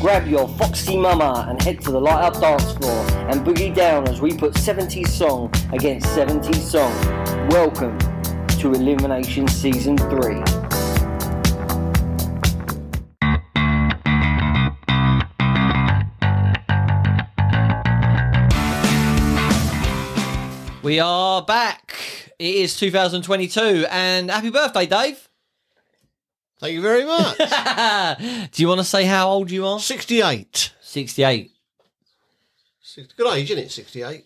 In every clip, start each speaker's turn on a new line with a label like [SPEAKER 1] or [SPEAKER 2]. [SPEAKER 1] grab your foxy mama and head to the light up dance floor and boogie down as we put 70s song against 70s song. Welcome to Elimination Season 3.
[SPEAKER 2] We are back. It is 2022, and happy birthday, Dave.
[SPEAKER 3] Thank you very much.
[SPEAKER 2] Do you want to say how old you are?
[SPEAKER 3] 68.
[SPEAKER 2] 68.
[SPEAKER 3] Six- Good age, isn't it? 68.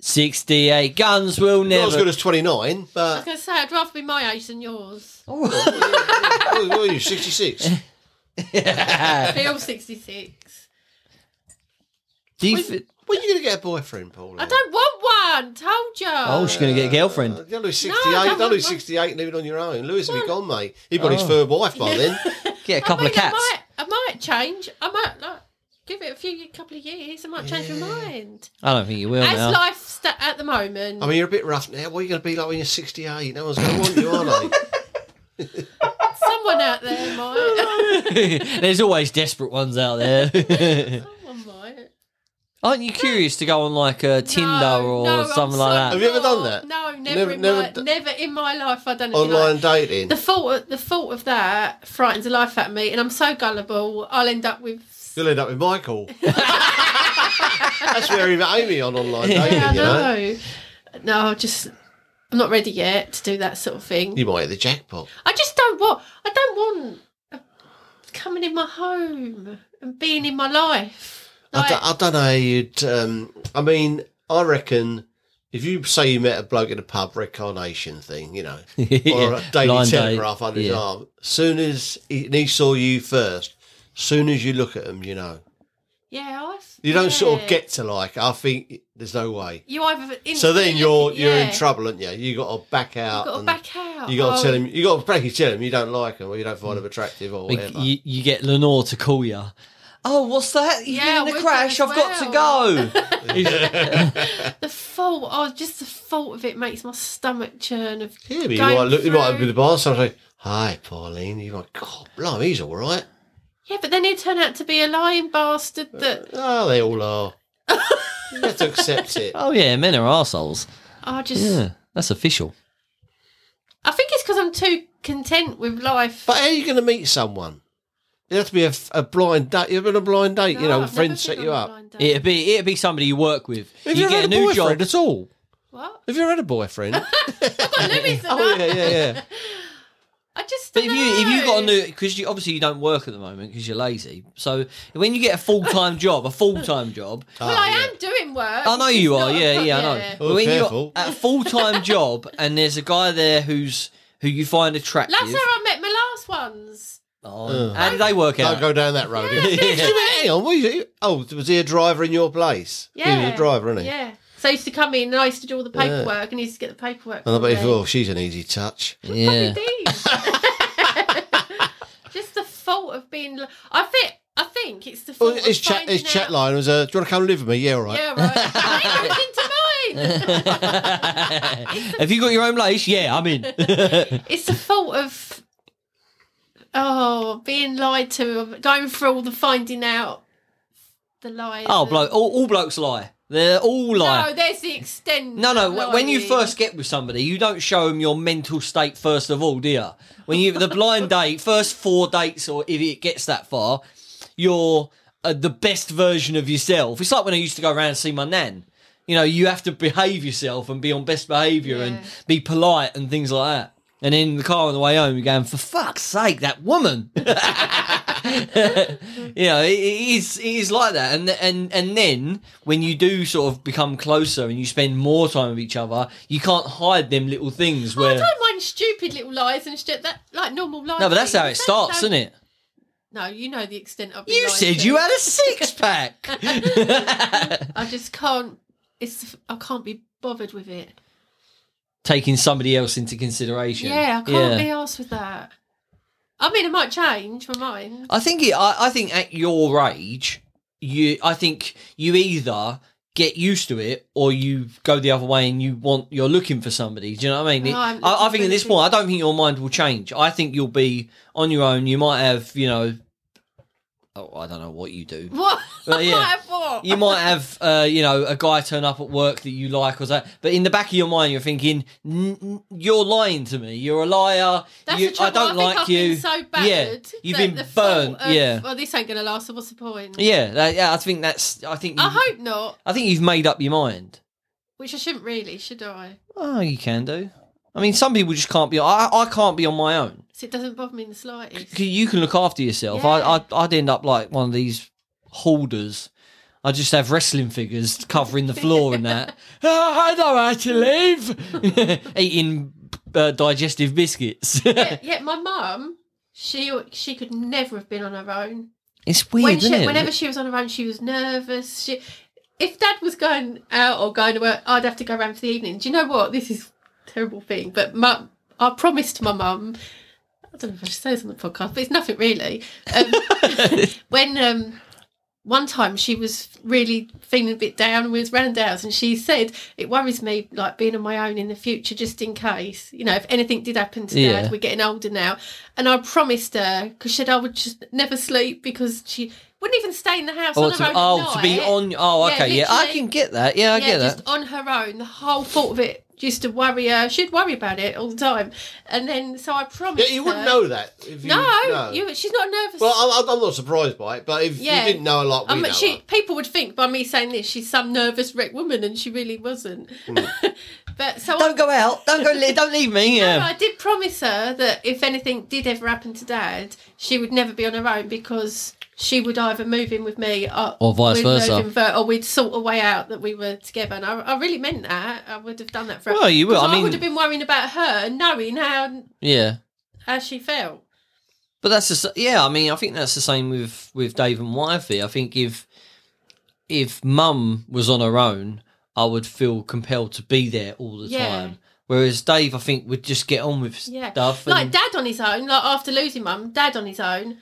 [SPEAKER 2] 68. Guns will
[SPEAKER 3] Not as good
[SPEAKER 2] never.
[SPEAKER 3] as 29,
[SPEAKER 4] I was
[SPEAKER 3] but.
[SPEAKER 4] going to say, I'd rather be my age than yours.
[SPEAKER 2] Oh,
[SPEAKER 3] What what are you, 66?
[SPEAKER 4] I feel 66.
[SPEAKER 2] Do you f-
[SPEAKER 3] When are you going to get a boyfriend, Paul?
[SPEAKER 4] I don't want one. Told you.
[SPEAKER 2] oh, she's going to get a
[SPEAKER 3] Uh,
[SPEAKER 2] girlfriend.
[SPEAKER 3] Don't do 68.
[SPEAKER 4] No, I
[SPEAKER 3] don't,
[SPEAKER 4] don't
[SPEAKER 3] do
[SPEAKER 4] want-
[SPEAKER 3] 68 living on your own. Lewis will be gone, mate. He got his third wife by then.
[SPEAKER 2] Get a couple
[SPEAKER 4] I
[SPEAKER 2] of
[SPEAKER 4] mean,
[SPEAKER 2] cats.
[SPEAKER 4] I might, I might change. I might like give it a few couple of years. I might change my mind.
[SPEAKER 2] I don't think you will
[SPEAKER 4] As
[SPEAKER 2] now.
[SPEAKER 4] life sta at the moment,
[SPEAKER 3] I mean, you're a bit rough now. What are you going to be like when you're 68? No one's going to want you, are they?
[SPEAKER 4] someone out there might.
[SPEAKER 2] There's always desperate ones out there.
[SPEAKER 4] someone might.
[SPEAKER 2] Aren't you curious to go on like a Tinder or
[SPEAKER 4] no, I'm
[SPEAKER 2] something like that?
[SPEAKER 3] Have
[SPEAKER 4] sorry,
[SPEAKER 3] you ever done
[SPEAKER 4] not.
[SPEAKER 3] that?
[SPEAKER 4] No, never,
[SPEAKER 3] Never-
[SPEAKER 4] in
[SPEAKER 3] never
[SPEAKER 4] my,
[SPEAKER 3] d-
[SPEAKER 4] never in my life. I don't.
[SPEAKER 3] Online
[SPEAKER 4] Like,
[SPEAKER 3] dating.
[SPEAKER 4] the thought, the thought of that frightens the life out of me, and I'm so gullible. I'll end up with.
[SPEAKER 3] You'll end up with Michael. That's where he met Amy on online dating,
[SPEAKER 4] Oh, Yeah, I
[SPEAKER 3] you know.
[SPEAKER 4] know. No, I just. I'm not ready yet to do that sort of thing.
[SPEAKER 3] You might hit the jackpot.
[SPEAKER 4] I just don't want. I don't want coming in my home and being in my life.
[SPEAKER 3] I,
[SPEAKER 4] Like,
[SPEAKER 3] don't, I don't know. how You'd, um, I mean, I reckon if you say you met a bloke in a pub, reincarnation thing, you know, or a Daily
[SPEAKER 2] Blind date.
[SPEAKER 3] Telegraph under his
[SPEAKER 2] Yeah.
[SPEAKER 3] arm. Soon as he, and he saw you first, soon as you look at him, you know,
[SPEAKER 4] yeah, I,
[SPEAKER 3] you don't sort of
[SPEAKER 4] yeah.
[SPEAKER 3] get to like. I think there's no way.
[SPEAKER 4] You either
[SPEAKER 3] So then
[SPEAKER 4] instantly
[SPEAKER 3] you're
[SPEAKER 4] look at-
[SPEAKER 3] you're in
[SPEAKER 4] yeah,
[SPEAKER 3] trouble, aren't you? You got to back out.
[SPEAKER 4] You've got to
[SPEAKER 3] and
[SPEAKER 4] back out.
[SPEAKER 3] You got to tell
[SPEAKER 4] Oh,
[SPEAKER 3] him. You got to basically tell him you don't like him or you don't find him attractive
[SPEAKER 2] Mm.
[SPEAKER 3] or
[SPEAKER 2] Like,
[SPEAKER 3] whatever.
[SPEAKER 2] you, you get Lenore to call you. Oh, what's that? You've
[SPEAKER 4] Yeah,
[SPEAKER 2] been in a
[SPEAKER 4] we've
[SPEAKER 2] crash. I've
[SPEAKER 4] done as
[SPEAKER 2] got to go.
[SPEAKER 4] The fault. Oh, just the fault of it makes my stomach churn. Of
[SPEAKER 3] Yeah, but you
[SPEAKER 4] going
[SPEAKER 3] might look. You might
[SPEAKER 4] through-
[SPEAKER 3] be the bar. So I say, "Hi, Pauline." You're like, "God, blimey, he's all right."
[SPEAKER 4] Yeah, but then he'd turn out to be a lying bastard. That
[SPEAKER 3] Oh, they all are. you have to accept it.
[SPEAKER 2] oh yeah, men are arseholes.
[SPEAKER 4] I just.
[SPEAKER 2] Yeah, that's official.
[SPEAKER 4] I think it's because I'm too content with life.
[SPEAKER 3] But how are you going to meet someone? You have to be a, a blind date. You've been a blind date. you
[SPEAKER 4] No,
[SPEAKER 3] know,
[SPEAKER 4] I've never
[SPEAKER 3] friends set
[SPEAKER 4] been
[SPEAKER 3] you
[SPEAKER 4] on a
[SPEAKER 3] up.
[SPEAKER 4] blind date.
[SPEAKER 2] It'd be it'd be somebody you work with.
[SPEAKER 3] Have
[SPEAKER 2] you
[SPEAKER 3] ever
[SPEAKER 2] get a
[SPEAKER 3] had
[SPEAKER 2] new job.
[SPEAKER 3] boyfriend at all?
[SPEAKER 4] What?
[SPEAKER 3] Have you ever had a boyfriend?
[SPEAKER 4] Louis,
[SPEAKER 3] oh yeah, yeah, yeah.
[SPEAKER 4] I just.
[SPEAKER 2] But
[SPEAKER 4] don't
[SPEAKER 2] if you if you got a
[SPEAKER 4] know.
[SPEAKER 2] new because you obviously you don't work at the moment because you're lazy. So when you get a full time job, a full time job,
[SPEAKER 3] Oh,
[SPEAKER 4] Well, I am doing work.
[SPEAKER 2] Ah, I know
[SPEAKER 4] It's
[SPEAKER 2] you
[SPEAKER 4] just
[SPEAKER 2] are.
[SPEAKER 4] not-
[SPEAKER 2] Yeah, yeah, I know.
[SPEAKER 4] yeah.
[SPEAKER 2] But when
[SPEAKER 3] careful.
[SPEAKER 2] you got a full time job and there's a guy there who's who Oh, you find attractive.
[SPEAKER 4] That's how I met my last ones.
[SPEAKER 2] Oh, how did they work
[SPEAKER 3] Don't
[SPEAKER 2] out?
[SPEAKER 3] go down that road.
[SPEAKER 4] Yeah.
[SPEAKER 3] Did you meet- Hang on, what you, oh, was he a driver in your place?
[SPEAKER 4] Yeah.
[SPEAKER 3] He was a driver, isn't he?
[SPEAKER 4] Yeah. So I used to come in and I used to do all the paperwork and he used to get the paperwork.
[SPEAKER 3] And I
[SPEAKER 4] for
[SPEAKER 3] bet he
[SPEAKER 4] me.
[SPEAKER 3] thought, oh, she's an easy touch.
[SPEAKER 2] yeah.
[SPEAKER 4] Indeed. Just the fault of being. I think. I think it's the
[SPEAKER 3] Well,
[SPEAKER 4] fault.
[SPEAKER 3] his
[SPEAKER 4] of
[SPEAKER 3] chat, his
[SPEAKER 4] finding
[SPEAKER 3] chat
[SPEAKER 4] out-
[SPEAKER 3] line was, uh, do you want to come live with me? Yeah, all right.
[SPEAKER 4] Yeah, right. I ain't looking to mine.
[SPEAKER 2] Have you got your own place? Yeah, I'm in.
[SPEAKER 4] It's the fault of. Oh, being lied to, of going through all the finding out, the lies.
[SPEAKER 2] oh,
[SPEAKER 4] and-
[SPEAKER 2] bloke, all, all blokes lie. They're all
[SPEAKER 4] No,
[SPEAKER 2] lie.
[SPEAKER 4] there's the extent.
[SPEAKER 2] No, no.
[SPEAKER 4] of
[SPEAKER 2] wh- When you
[SPEAKER 4] lying.
[SPEAKER 2] first get with somebody, you don't show them your mental state first of all, do you? When you the blind date, first four dates, or if it gets that far, you're uh, the best version of yourself. It's like when I used to go around and see my nan. You know, you have to behave yourself and be on best behaviour and
[SPEAKER 4] Yeah.
[SPEAKER 2] be polite and things like that. And in the car on the way home, you're going, for fuck's sake, that woman.
[SPEAKER 4] Mm.
[SPEAKER 2] you know, it, it is it is like that, and and and then when you do sort of become closer and you spend more time with each other, you can't hide them little things
[SPEAKER 4] Oh, I
[SPEAKER 2] where.
[SPEAKER 4] don't mind stupid little lies and shit. That like normal lies.
[SPEAKER 2] No, but that's how it starts, isn't it?
[SPEAKER 4] No, you know the extent of.
[SPEAKER 2] You said you had a six pack.
[SPEAKER 4] I just can't. It's. I can't be bothered with it.
[SPEAKER 2] Taking somebody else into consideration.
[SPEAKER 4] Yeah, I can't be arsed with that. I mean, I might change my mind.
[SPEAKER 2] I think it, I, I think at your age, you I think you either get used to it or you go the other way and you want you're looking for somebody. Do you know what I mean?
[SPEAKER 4] No, I'm
[SPEAKER 2] I, I
[SPEAKER 4] looking
[SPEAKER 2] think
[SPEAKER 4] for
[SPEAKER 2] at this
[SPEAKER 4] anything.
[SPEAKER 2] point, I don't think your mind will change. I think you'll be on your own. You might have you know oh, I don't know what you do.
[SPEAKER 4] What?
[SPEAKER 2] Well, yeah.
[SPEAKER 4] I might have what?
[SPEAKER 2] You might have, uh, you know, a guy turn up at work that you like or that, but in the back of your mind, you're thinking, "N- n- "You're lying to me. You're a liar.
[SPEAKER 4] That's
[SPEAKER 2] you,
[SPEAKER 4] the trouble.
[SPEAKER 2] I don't
[SPEAKER 4] think
[SPEAKER 2] like
[SPEAKER 4] I've
[SPEAKER 2] you."
[SPEAKER 4] Been so battered
[SPEAKER 2] yeah, you've
[SPEAKER 4] that
[SPEAKER 2] been
[SPEAKER 4] the thought
[SPEAKER 2] burnt.
[SPEAKER 4] of,
[SPEAKER 2] yeah,
[SPEAKER 4] Well, this ain't gonna last. So what's the point?
[SPEAKER 2] yeah, that- yeah. I think that's. I think. You,
[SPEAKER 4] I
[SPEAKER 2] I,
[SPEAKER 4] hope not.
[SPEAKER 2] think you've made up your mind.
[SPEAKER 4] Which I shouldn't really, should I?
[SPEAKER 2] Oh, you can do. I mean, some people just can't be. I, I can't be on my own.
[SPEAKER 4] 'Cause it doesn't bother me in the slightest.
[SPEAKER 2] 'Cause You can look after yourself. I,
[SPEAKER 4] Yeah.
[SPEAKER 2] I, I'd end up like one of these hoarders. I just have wrestling figures covering the floor and that. oh, I know how to live. Eating uh, digestive biscuits.
[SPEAKER 4] yet, yet my mum, she she could never have been on her own.
[SPEAKER 2] it's weird,
[SPEAKER 4] when she,
[SPEAKER 2] isn't it?
[SPEAKER 4] whenever she was on her own, she was nervous. She, if dad was going out or going to work, I'd have to go around for the evening. Do you know what? This is a terrible thing, but mum, I promised my mum. I don't know if I should say this on the podcast, but it's nothing really. Um, when um, one time she was really feeling a bit down and we was round ours, and she said, "It worries me like being on my own in the future, just in case. You know, if anything did happen to
[SPEAKER 2] Yeah.
[SPEAKER 4] Dad, we're getting older now." And I promised her because she said I would just never sleep because she wouldn't even stay in the house
[SPEAKER 2] oh,
[SPEAKER 4] on her
[SPEAKER 2] to,
[SPEAKER 4] own.
[SPEAKER 2] oh, to
[SPEAKER 4] at
[SPEAKER 2] be
[SPEAKER 4] night.
[SPEAKER 2] on. Oh,
[SPEAKER 4] Yeah,
[SPEAKER 2] okay. Yeah, I
[SPEAKER 4] literally.
[SPEAKER 2] can get that. Yeah, I
[SPEAKER 4] yeah,
[SPEAKER 2] get
[SPEAKER 4] just
[SPEAKER 2] that.
[SPEAKER 4] on her own. The whole thought of it used to worry her. She'd worry about it all the time, and then so I
[SPEAKER 3] Yeah,
[SPEAKER 4] promised.
[SPEAKER 3] you wouldn't
[SPEAKER 4] her-
[SPEAKER 3] know that. If you,
[SPEAKER 4] No, you. She's not a nervous.
[SPEAKER 3] Well, I'm, I'm not surprised by it, but if
[SPEAKER 4] Yeah.
[SPEAKER 3] you didn't know a lot, we
[SPEAKER 4] I mean,
[SPEAKER 3] know
[SPEAKER 4] she
[SPEAKER 3] her.
[SPEAKER 4] people would think by me saying this, she's some nervous wreck woman, and she really wasn't.
[SPEAKER 3] Hmm.
[SPEAKER 4] but so I,
[SPEAKER 2] Don't go out. Don't go. li- don't leave me.
[SPEAKER 4] no,
[SPEAKER 2] Yeah.
[SPEAKER 4] I did promise her that if anything did ever happen to Dad, she would never be on her own because she would either move in with me or,
[SPEAKER 2] Or vice
[SPEAKER 4] we'd move
[SPEAKER 2] versa.
[SPEAKER 4] in for- or we'd sort a way out that we were together. And I, I really meant that. I would have done that for her.
[SPEAKER 2] Well, you would.
[SPEAKER 4] 'Cause
[SPEAKER 2] I mean-
[SPEAKER 4] would have been worrying about her and knowing how
[SPEAKER 2] yeah.
[SPEAKER 4] how she felt.
[SPEAKER 2] But that's just yeah. I mean, I think that's the same with with Dave and Wifey. I think if if Mum was on her own, I would feel compelled to be there all the
[SPEAKER 4] Yeah.
[SPEAKER 2] time. Whereas Dave, I think, would just get on with
[SPEAKER 4] Yeah.
[SPEAKER 2] stuff. And,
[SPEAKER 4] Like dad on his own, like after losing mum, dad on his own.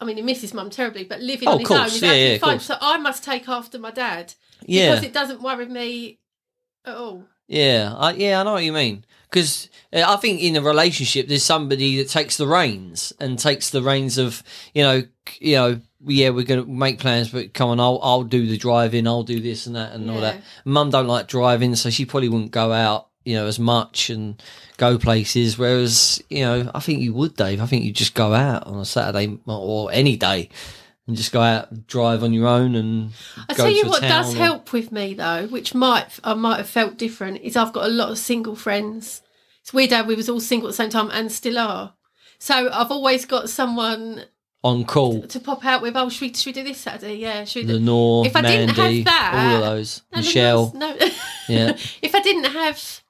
[SPEAKER 4] I mean, he misses mum terribly, but living
[SPEAKER 2] Oh,
[SPEAKER 4] on his
[SPEAKER 2] course.
[SPEAKER 4] own is
[SPEAKER 2] Yeah,
[SPEAKER 4] actually
[SPEAKER 2] yeah, of
[SPEAKER 4] fine.
[SPEAKER 2] course.
[SPEAKER 4] So I must take after my dad
[SPEAKER 2] yeah,
[SPEAKER 4] because it doesn't worry me at all.
[SPEAKER 2] yeah, I, yeah. I know what you mean. Because I think in a relationship, there's somebody that takes the reins and takes the reins of you know, c- you know, yeah, we're gonna make plans, but come on, I'll I'll do the driving, I'll do this and that and all that.
[SPEAKER 4] Yeah.
[SPEAKER 2] mum don't like driving, so she probably wouldn't go out, you know, as much and go places. Whereas, you know, I think you would, Dave. I think you just go out on a Saturday or any day and just go out, and drive on your own, and
[SPEAKER 4] I
[SPEAKER 2] go
[SPEAKER 4] tell you
[SPEAKER 2] to a
[SPEAKER 4] what
[SPEAKER 2] town
[SPEAKER 4] does
[SPEAKER 2] or-
[SPEAKER 4] help with me though, which might I might have felt different, is I've got a lot of single friends. It's weird how we was all single at the same time and still are. So I've always got someone
[SPEAKER 2] on call,
[SPEAKER 4] to pop out with. Oh, should we, should we do this Saturday? Yeah, should we do?
[SPEAKER 2] Lenore,
[SPEAKER 4] If I didn't have
[SPEAKER 2] Mandy,
[SPEAKER 4] that-
[SPEAKER 2] all of those,
[SPEAKER 4] No, no,
[SPEAKER 2] Michelle.
[SPEAKER 4] No,
[SPEAKER 2] Yeah.
[SPEAKER 4] if I didn't have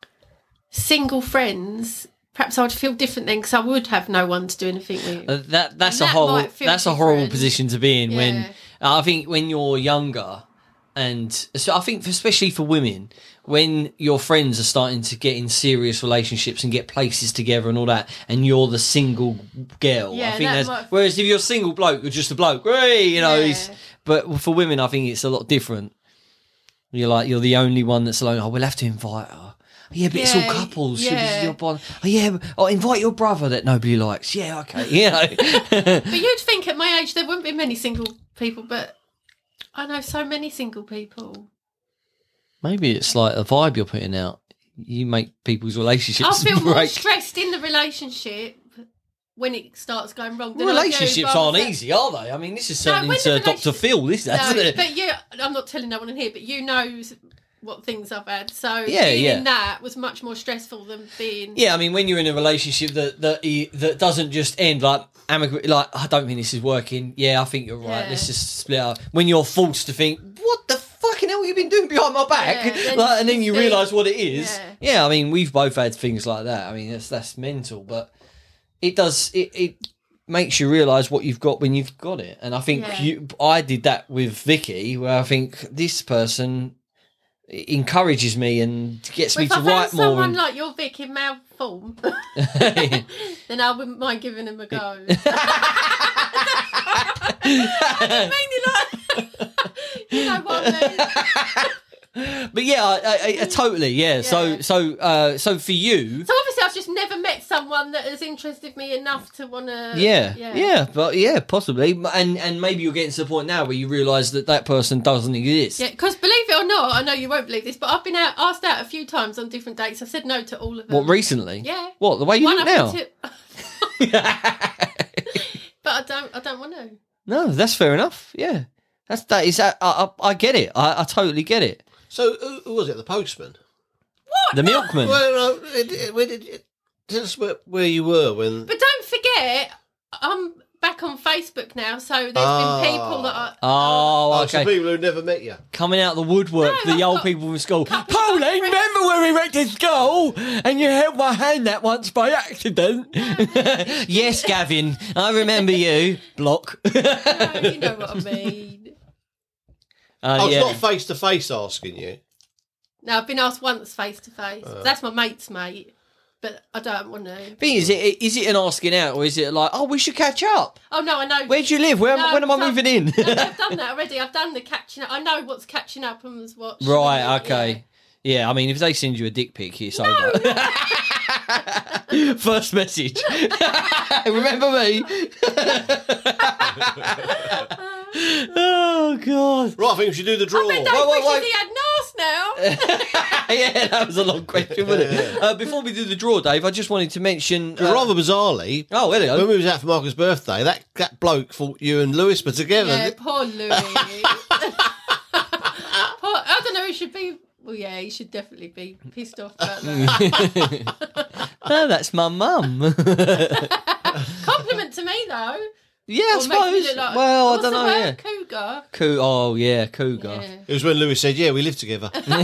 [SPEAKER 4] single friends, perhaps I'd feel different then because I would have no one to do anything with.
[SPEAKER 2] Uh, That that's
[SPEAKER 4] And
[SPEAKER 2] a
[SPEAKER 4] that
[SPEAKER 2] horrible
[SPEAKER 4] might feel
[SPEAKER 2] that's a horrible
[SPEAKER 4] different.
[SPEAKER 2] position to be in when
[SPEAKER 4] Yeah.
[SPEAKER 2] I think when you're younger and so I think for, especially for women when your friends are starting to get in serious relationships and get places together and all that and you're the single girl I
[SPEAKER 4] Yeah,
[SPEAKER 2] think
[SPEAKER 4] that
[SPEAKER 2] that's
[SPEAKER 4] might-
[SPEAKER 2] whereas if you're a single bloke you're just a bloke hey, you know he's,
[SPEAKER 4] Yeah.
[SPEAKER 2] but for women I think it's a lot different you're like you're the only one that's alone oh we'll have to invite her yeah, but it's all
[SPEAKER 4] Yeah,
[SPEAKER 2] couples. Yeah.
[SPEAKER 4] yeah.
[SPEAKER 2] your bond. Oh, yeah, oh, invite your brother that nobody likes. Yeah, okay. Yeah.
[SPEAKER 4] But you'd think at my age there wouldn't be many single people, but I know so many single people.
[SPEAKER 2] Maybe it's like a vibe you're putting out. You make people's relationships
[SPEAKER 4] I feel more
[SPEAKER 2] break.
[SPEAKER 4] stressed in the relationship when it starts going wrong. Than I do
[SPEAKER 2] Relationships
[SPEAKER 4] rather
[SPEAKER 2] aren't
[SPEAKER 4] than-
[SPEAKER 2] easy, are they? I mean, this is turning
[SPEAKER 4] when
[SPEAKER 2] into
[SPEAKER 4] the
[SPEAKER 2] Dr.
[SPEAKER 4] relationship-
[SPEAKER 2] Phil, this,
[SPEAKER 4] No,
[SPEAKER 2] isn't it?
[SPEAKER 4] but you, I'm not telling no one in here, but you know what things I've had. So
[SPEAKER 2] Yeah,
[SPEAKER 4] being
[SPEAKER 2] yeah.
[SPEAKER 4] in that was much more stressful than being.
[SPEAKER 2] Yeah, I mean, when you're in a relationship that that e- that doesn't just end like amicably, like I don't think this is working. Yeah, I think you're right.
[SPEAKER 4] Yeah.
[SPEAKER 2] Let's just split up. When you're forced to think, what the fucking hell have you been doing behind my back?
[SPEAKER 4] Yeah, then
[SPEAKER 2] like, and then you
[SPEAKER 4] you think-
[SPEAKER 2] realise what it is. Yeah.
[SPEAKER 4] Yeah.
[SPEAKER 2] I mean, we've both had things like that. I mean, that's that's mental, but it does it. it makes you realize what you've got when you've got it and i think
[SPEAKER 4] Yeah.
[SPEAKER 2] you i did that with vicky where i think this person encourages me and gets
[SPEAKER 4] Well,
[SPEAKER 2] me
[SPEAKER 4] if
[SPEAKER 2] to
[SPEAKER 4] I found
[SPEAKER 2] write more
[SPEAKER 4] someone
[SPEAKER 2] and
[SPEAKER 4] like your Vic in mouth form, then I wouldn't mind giving him a go.
[SPEAKER 2] but
[SPEAKER 4] Mainly like, you know what I mean?
[SPEAKER 2] yeah, I, I, I, totally, yeah. So,
[SPEAKER 4] Yeah.
[SPEAKER 2] so, uh, so for you,
[SPEAKER 4] So obviously, I I've just never met someone that has interested me enough to want to.
[SPEAKER 2] Yeah, yeah, but yeah, possibly, and and maybe you're getting to the point now where you realise that that person doesn't exist.
[SPEAKER 4] because believe it or not, I know you won't believe this, but I've been out, asked out a few times on different dates. I've said no to all of them.
[SPEAKER 2] What recently?
[SPEAKER 4] Yeah.
[SPEAKER 2] What the way you
[SPEAKER 4] One
[SPEAKER 2] look now?
[SPEAKER 4] up until- but I don't. I don't want to.
[SPEAKER 2] no, that's fair enough. Yeah, that's that is that. I, I, I get it. I, I totally get it.
[SPEAKER 3] So who, who was it? The postman.
[SPEAKER 2] The milkman.
[SPEAKER 3] Well, no, it, it, it, it, it, tell us where, where you were when.
[SPEAKER 4] But don't forget, I'm back on Facebook now, so there's
[SPEAKER 3] Ah.
[SPEAKER 4] been people that are.
[SPEAKER 2] Oh,
[SPEAKER 3] Oh, so
[SPEAKER 2] okay.
[SPEAKER 3] people who never met you.
[SPEAKER 2] Coming out the woodwork,
[SPEAKER 4] No,
[SPEAKER 2] the
[SPEAKER 4] I've
[SPEAKER 2] old
[SPEAKER 4] got-
[SPEAKER 2] people from school. Pauline, remember when we wrecked this skull and you held my hand that once by accident? yes, Gavin, I remember you. Block. Ah.
[SPEAKER 4] Oh, you know what I mean.
[SPEAKER 2] Uh,
[SPEAKER 3] Oh, it's
[SPEAKER 2] yeah.
[SPEAKER 3] not face to face asking you.
[SPEAKER 4] No, I've been asked once face to face. That's my mate's mate, but I don't want to.
[SPEAKER 2] Thing is, it, is it an asking out or is it like, oh, we should catch up?
[SPEAKER 4] Oh no, I know.
[SPEAKER 2] Where do you live? Where,
[SPEAKER 4] No,
[SPEAKER 2] when am I
[SPEAKER 4] so-
[SPEAKER 2] moving in?
[SPEAKER 4] No, I've done that already. I've done the catching up. I know what's catching up and what's what.
[SPEAKER 2] right, okay. Yeah. I mean, if they send you a dick pic, it's over. First message. remember me? oh, God.
[SPEAKER 3] Right, I think we should do the draw.
[SPEAKER 4] But Dave
[SPEAKER 2] Wait, wait,
[SPEAKER 4] wishes
[SPEAKER 2] wait.
[SPEAKER 4] he had Nas now.
[SPEAKER 2] yeah, that was a long question, wasn't it? Uh, before we do the draw, Dave, I just wanted to mention.
[SPEAKER 3] But
[SPEAKER 2] uh,
[SPEAKER 3] rather bizarrely,
[SPEAKER 2] oh,
[SPEAKER 3] when
[SPEAKER 2] hello.
[SPEAKER 3] we was out for Michael's birthday, that, that bloke thought you and Lewis were together.
[SPEAKER 4] Yeah, poor Louis. poor, I don't know. He should be. Well, yeah, he should definitely be pissed off about
[SPEAKER 2] Mm.
[SPEAKER 4] that.
[SPEAKER 2] Oh, that's my mum.
[SPEAKER 4] Compliment to me though.
[SPEAKER 2] yeah, I
[SPEAKER 4] Or makes me
[SPEAKER 2] suppose.
[SPEAKER 4] look like-
[SPEAKER 2] well, I
[SPEAKER 4] what's
[SPEAKER 2] don't
[SPEAKER 4] the
[SPEAKER 2] know.
[SPEAKER 4] word?
[SPEAKER 2] Yeah.
[SPEAKER 4] Cougar.
[SPEAKER 2] Coo- oh, yeah, cougar.
[SPEAKER 4] Yeah.
[SPEAKER 3] It was when Lewis said, "Yeah, we live together."
[SPEAKER 2] no,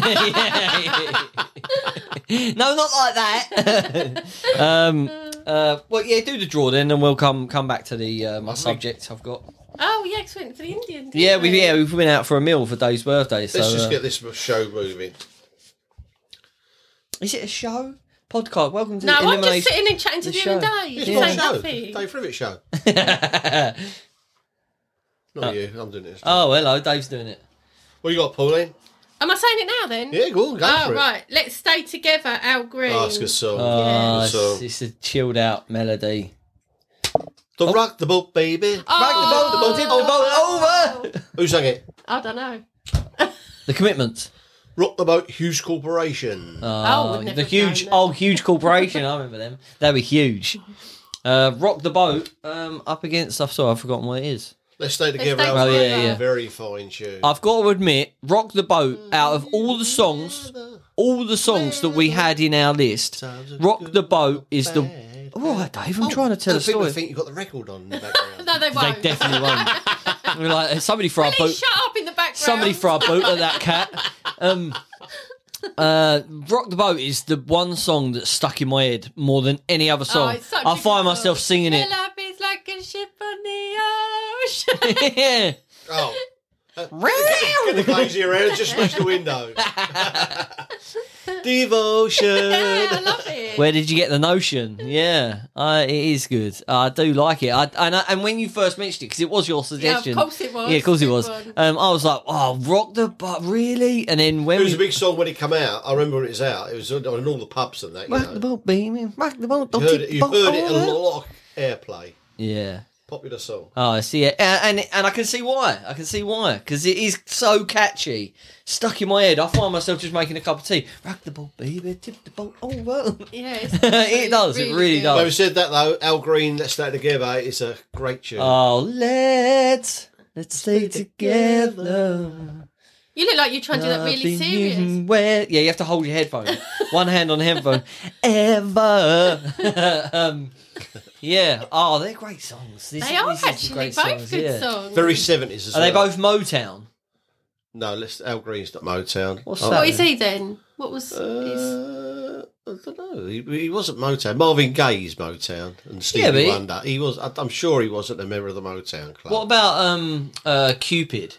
[SPEAKER 2] not like that. um, uh, well, yeah, do the draw then, and we'll come come back to the uh, my subject I've got.
[SPEAKER 4] Oh, yeah, 'cause we went to the Indian. didn't
[SPEAKER 2] Yeah, we yeah we've been out for a meal for Dave's birthday. So
[SPEAKER 3] Let's just
[SPEAKER 2] uh,
[SPEAKER 3] get this show moving.
[SPEAKER 2] is it a show podcast? Welcome to
[SPEAKER 4] No,
[SPEAKER 2] the
[SPEAKER 4] I'm
[SPEAKER 2] elimination.
[SPEAKER 4] just sitting and chatting to
[SPEAKER 2] the
[SPEAKER 4] you and
[SPEAKER 2] show.
[SPEAKER 4] Dave.
[SPEAKER 3] It's
[SPEAKER 4] Say
[SPEAKER 3] my show.
[SPEAKER 4] nothing.
[SPEAKER 3] Dave Frivett show. Not you. I'm doing it.
[SPEAKER 2] oh, hello, Dave's doing it.
[SPEAKER 3] What you got, Pauline?
[SPEAKER 4] Am I saying it now then?
[SPEAKER 3] Yeah, go on, go
[SPEAKER 4] Oh,
[SPEAKER 3] for it.
[SPEAKER 4] right. Let's stay together, Al Green.
[SPEAKER 3] Oh, it's a good song.
[SPEAKER 2] Oh,
[SPEAKER 3] Good
[SPEAKER 2] it's,
[SPEAKER 3] song.
[SPEAKER 2] it's a chilled out melody.
[SPEAKER 3] The
[SPEAKER 2] Oh.
[SPEAKER 3] rock the boat, baby.
[SPEAKER 4] Oh,
[SPEAKER 2] Rock the boat, tip the boat over.
[SPEAKER 3] Who sang it?
[SPEAKER 4] I don't know.
[SPEAKER 2] The commitment.
[SPEAKER 3] Rock the boat, Hughes Corporation.
[SPEAKER 4] I would
[SPEAKER 2] Oh,
[SPEAKER 4] never
[SPEAKER 2] the
[SPEAKER 4] have
[SPEAKER 2] huge,
[SPEAKER 4] known that.
[SPEAKER 2] oh, huge corporation. I remember them. They were huge. Uh, rock the boat. Um, up against. I'm sorry, I've forgotten what it is.
[SPEAKER 3] Let's stay together.
[SPEAKER 4] stay
[SPEAKER 3] Al
[SPEAKER 2] Oh, yeah,
[SPEAKER 3] Green.
[SPEAKER 2] yeah.
[SPEAKER 3] Very fine tune.
[SPEAKER 2] I've got to admit, rock the boat. Out of all the songs, all the songs that we had in our list, rock the boat is the. All right, Dave. I'm trying to tell
[SPEAKER 3] Oh,
[SPEAKER 2] a
[SPEAKER 3] people
[SPEAKER 2] story.
[SPEAKER 3] think you've got the record on in the background.
[SPEAKER 4] No, they
[SPEAKER 2] They
[SPEAKER 4] won't.
[SPEAKER 2] definitely won't. We're like somebody for our
[SPEAKER 4] Please
[SPEAKER 2] boat.
[SPEAKER 4] shut up in the background.
[SPEAKER 2] Somebody throw a boot at that cat. Um, uh, Rock the Boat is the one song that's stuck in my head more than any other
[SPEAKER 4] Oh,
[SPEAKER 2] song.
[SPEAKER 4] it's such a
[SPEAKER 2] I
[SPEAKER 4] good
[SPEAKER 2] find myself
[SPEAKER 4] song.
[SPEAKER 2] singing
[SPEAKER 4] Your love is like a ship on the ocean.
[SPEAKER 2] it.
[SPEAKER 3] oh,
[SPEAKER 2] Yeah.
[SPEAKER 3] the crazy around, just smash the window. Devotion.
[SPEAKER 4] yeah, I love it.
[SPEAKER 2] Where did you get the notion? Yeah, uh, it is good. I do like it. I, and, I, and when you first mentioned it, because it was your suggestion.
[SPEAKER 4] course it was.
[SPEAKER 2] Yeah, of course it
[SPEAKER 4] Good
[SPEAKER 2] was.
[SPEAKER 4] one.
[SPEAKER 2] Um, I was like, oh, Rock the Boat, really? And then when
[SPEAKER 3] It was
[SPEAKER 2] we-
[SPEAKER 3] a big song when it came out. I remember when it was out. It was on on all the pubs and that. You,
[SPEAKER 2] Rock the
[SPEAKER 3] know.
[SPEAKER 2] Boat, baby. Rock the Boat.
[SPEAKER 3] you
[SPEAKER 2] don't
[SPEAKER 3] heard
[SPEAKER 2] you
[SPEAKER 3] it. You
[SPEAKER 2] boat
[SPEAKER 3] heard it a
[SPEAKER 2] over.
[SPEAKER 3] lot. Airplay,
[SPEAKER 2] Yeah.
[SPEAKER 3] popular song.
[SPEAKER 2] Oh, I see it, and and, and I can see why. I can see why because it is so catchy, stuck in my head. I find myself just making a cup of tea. Rock the boat, baby, tip the boat over.
[SPEAKER 4] Yeah, it's
[SPEAKER 2] It does, it really
[SPEAKER 4] good.
[SPEAKER 2] does.
[SPEAKER 3] Having said that though, Al Green, Let's Stay Together is a great tune.
[SPEAKER 2] oh, let's let's stay together.
[SPEAKER 4] You look like you're trying to do that really
[SPEAKER 2] Nothing
[SPEAKER 4] serious.
[SPEAKER 2] you wear- Yeah, you have to hold your headphone. One hand on the headphone. Ever. um, yeah. Oh, they're great songs. This,
[SPEAKER 4] They are
[SPEAKER 2] this is
[SPEAKER 4] actually
[SPEAKER 2] great
[SPEAKER 4] both
[SPEAKER 2] songs,
[SPEAKER 4] good
[SPEAKER 2] yeah.
[SPEAKER 4] songs.
[SPEAKER 3] Very seventies as
[SPEAKER 2] Are
[SPEAKER 3] well.
[SPEAKER 2] they both Motown?
[SPEAKER 3] No, let's, Al Green's not Motown.
[SPEAKER 2] What's
[SPEAKER 3] Oh,
[SPEAKER 4] What is he then? What was his?
[SPEAKER 3] Uh, I don't know. He, he wasn't Motown. Marvin Gaye's Motown and Stevie
[SPEAKER 2] Yeah, but he-
[SPEAKER 3] Wonder. He was. I- I'm sure he wasn't a member of the Motown Club.
[SPEAKER 2] What about um uh Cupid?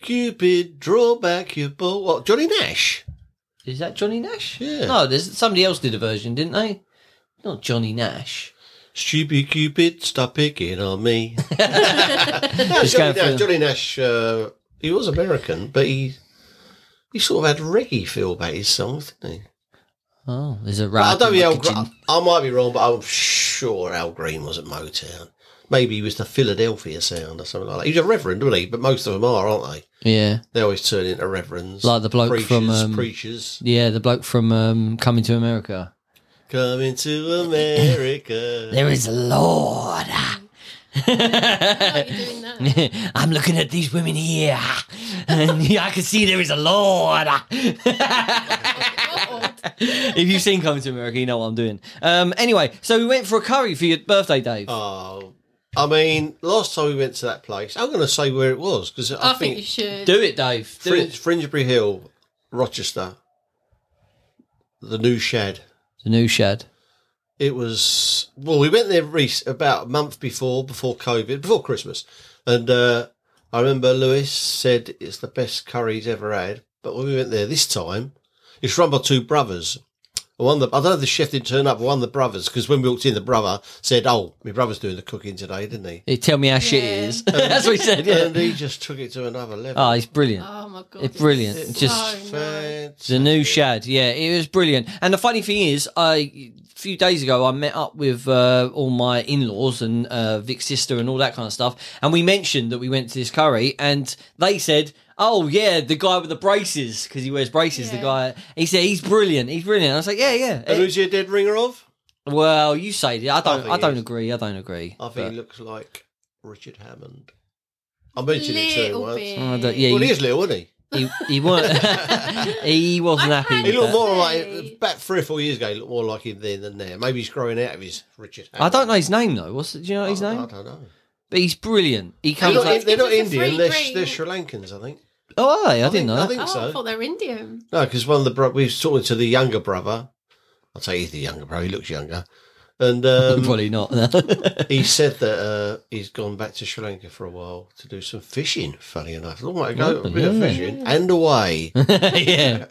[SPEAKER 3] Cupid, draw back your bow. What? Johnny Nash.
[SPEAKER 2] Is that Johnny Nash?
[SPEAKER 3] Yeah.
[SPEAKER 2] No, there's somebody else did a version, didn't they? Not Johnny Nash.
[SPEAKER 3] Stupid Cupid, stop picking on me. no, Johnny,
[SPEAKER 2] going for-
[SPEAKER 3] Nash, Johnny Nash, uh, he was American, but he he sort of had reggae feel about his songs, didn't he?
[SPEAKER 2] Oh, there's a
[SPEAKER 3] I
[SPEAKER 2] rat.
[SPEAKER 3] don't
[SPEAKER 2] in
[SPEAKER 3] think
[SPEAKER 2] my
[SPEAKER 3] Al
[SPEAKER 2] kitchen.
[SPEAKER 3] Green. I might be wrong, but I'm sure Al Green was at Motown. Maybe he was the Philadelphia sound or something like that. He was a reverend, wasn't he? But most of them are, aren't they?
[SPEAKER 2] Yeah,
[SPEAKER 3] They always turn into reverends,
[SPEAKER 2] Like the bloke
[SPEAKER 3] preachers,
[SPEAKER 2] from, um,
[SPEAKER 3] preachers
[SPEAKER 2] yeah. The bloke from um, Coming to America.
[SPEAKER 3] coming to America.
[SPEAKER 2] There is a Lord.
[SPEAKER 4] Why are you doing
[SPEAKER 2] Uh,
[SPEAKER 4] that?
[SPEAKER 2] I'm looking at these women here, and I can see there is a Lord. if you've seen Coming to America, you know what I'm doing. Um, anyway, so we went for a curry for your birthday, Dave.
[SPEAKER 3] oh, I mean, last time we went to that place, I'm going to say where it was because I,
[SPEAKER 4] I think you should.
[SPEAKER 2] Do it, Dave. Do
[SPEAKER 3] Fringe,
[SPEAKER 2] it.
[SPEAKER 3] Fringebury Hill, Rochester, the new shed.
[SPEAKER 2] The new shed.
[SPEAKER 3] It was well, we went there rec- about a month before, before COVID, before Christmas, and uh, I remember Lewis said it's the best curry he's ever had. But when we went there this time, it's run by two brothers. And One of the, I don't know if the chef didn't turn up, but one of the brothers, because when we walked in, the brother said, "Oh, my brother's doing the cooking today, didn't he?"
[SPEAKER 2] It tell me how shit
[SPEAKER 4] Yeah.
[SPEAKER 2] it is. That's what he said. Yeah.
[SPEAKER 3] And he just took it to another level.
[SPEAKER 2] Oh, he's brilliant.
[SPEAKER 4] Oh my god,
[SPEAKER 2] It's brilliant.
[SPEAKER 4] it's
[SPEAKER 2] Just-
[SPEAKER 4] so nice.
[SPEAKER 2] The new
[SPEAKER 3] fantastic.
[SPEAKER 2] Shad, yeah, it was brilliant. And the funny thing is, I a few days ago I met up with uh, all my in-laws and uh, Vic's sister and all that kind of stuff, and we mentioned that we went to this curry, and they said, "Oh yeah, the guy with the braces because he wears braces." The
[SPEAKER 4] Yeah.
[SPEAKER 2] guy, he said, "He's brilliant. He's brilliant." I was like, "Yeah, yeah." Eh,
[SPEAKER 3] And who's your dead ringer of?
[SPEAKER 2] well, you say that. I don't.
[SPEAKER 3] think
[SPEAKER 2] I, don't
[SPEAKER 3] he is.
[SPEAKER 2] agree. I don't agree.
[SPEAKER 3] I think
[SPEAKER 2] But-
[SPEAKER 3] he looks like Richard Hammond. I mentioned it to him
[SPEAKER 4] Little
[SPEAKER 3] once.
[SPEAKER 4] bit.
[SPEAKER 2] Oh, I don't- yeah,
[SPEAKER 3] Well,
[SPEAKER 2] you-
[SPEAKER 3] he is little, isn't he?
[SPEAKER 2] he, he weren't. he wasn't
[SPEAKER 4] I
[SPEAKER 2] happy.
[SPEAKER 4] can't
[SPEAKER 3] He
[SPEAKER 2] With
[SPEAKER 3] looked
[SPEAKER 2] that.
[SPEAKER 3] more
[SPEAKER 4] Hey.
[SPEAKER 3] like back three or four years ago. He looked more like him then than now. Maybe he's growing out of his Richard.
[SPEAKER 2] I
[SPEAKER 3] Hammond.
[SPEAKER 2] don't know his name though. What's do you know
[SPEAKER 3] I
[SPEAKER 2] his
[SPEAKER 3] don't-
[SPEAKER 2] name?
[SPEAKER 3] I don't know.
[SPEAKER 2] But he's brilliant. He
[SPEAKER 3] They're
[SPEAKER 2] comes.
[SPEAKER 4] Look,
[SPEAKER 3] not,
[SPEAKER 2] up-
[SPEAKER 4] it's
[SPEAKER 3] they're not
[SPEAKER 4] because it's a
[SPEAKER 3] Indian.
[SPEAKER 4] free
[SPEAKER 3] They're,
[SPEAKER 4] drink.
[SPEAKER 3] they're Sri Lankans, I think.
[SPEAKER 2] oh, aye, I, didn't know.
[SPEAKER 3] I
[SPEAKER 2] that.
[SPEAKER 3] think
[SPEAKER 4] Oh, I
[SPEAKER 3] so.
[SPEAKER 4] thought they were Indian.
[SPEAKER 3] No, because one of the bro- we was talking to the younger brother. I'll say he's the younger brother. He looks younger, and um,
[SPEAKER 2] Probably not. no.
[SPEAKER 3] he said that uh, he's gone back to Sri Lanka for a while to do some fishing. Funny enough, oh my god, a bit of
[SPEAKER 2] yeah.
[SPEAKER 3] fishing and away.
[SPEAKER 2] yeah.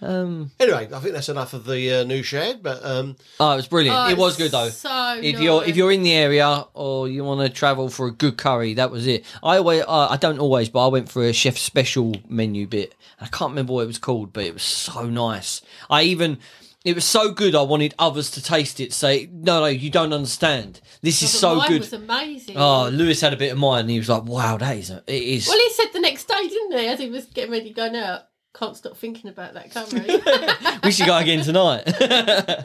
[SPEAKER 2] Um,
[SPEAKER 3] anyway, I think that's enough of the uh, new shed. But um,
[SPEAKER 2] oh, it was brilliant.
[SPEAKER 4] Oh,
[SPEAKER 2] it was good though.
[SPEAKER 4] So
[SPEAKER 2] If you're if
[SPEAKER 4] nice.
[SPEAKER 2] you're in the area or you want to travel for a good curry, that was it. I always, uh, I don't always, but I went for a chef special menu bit. I can't remember what it was called, but it was so nice. I even it was so good. I wanted others to taste it. Say no, no, you don't understand. This is
[SPEAKER 4] But
[SPEAKER 2] so
[SPEAKER 4] mine
[SPEAKER 2] good.
[SPEAKER 4] Was amazing.
[SPEAKER 2] oh, Lewis had a bit of mine. And he was like, "Wow, that is a, it is."
[SPEAKER 4] well, he said the next day, didn't he? As he was getting ready to go out, can't stop thinking about that camera.
[SPEAKER 2] we should go again tonight.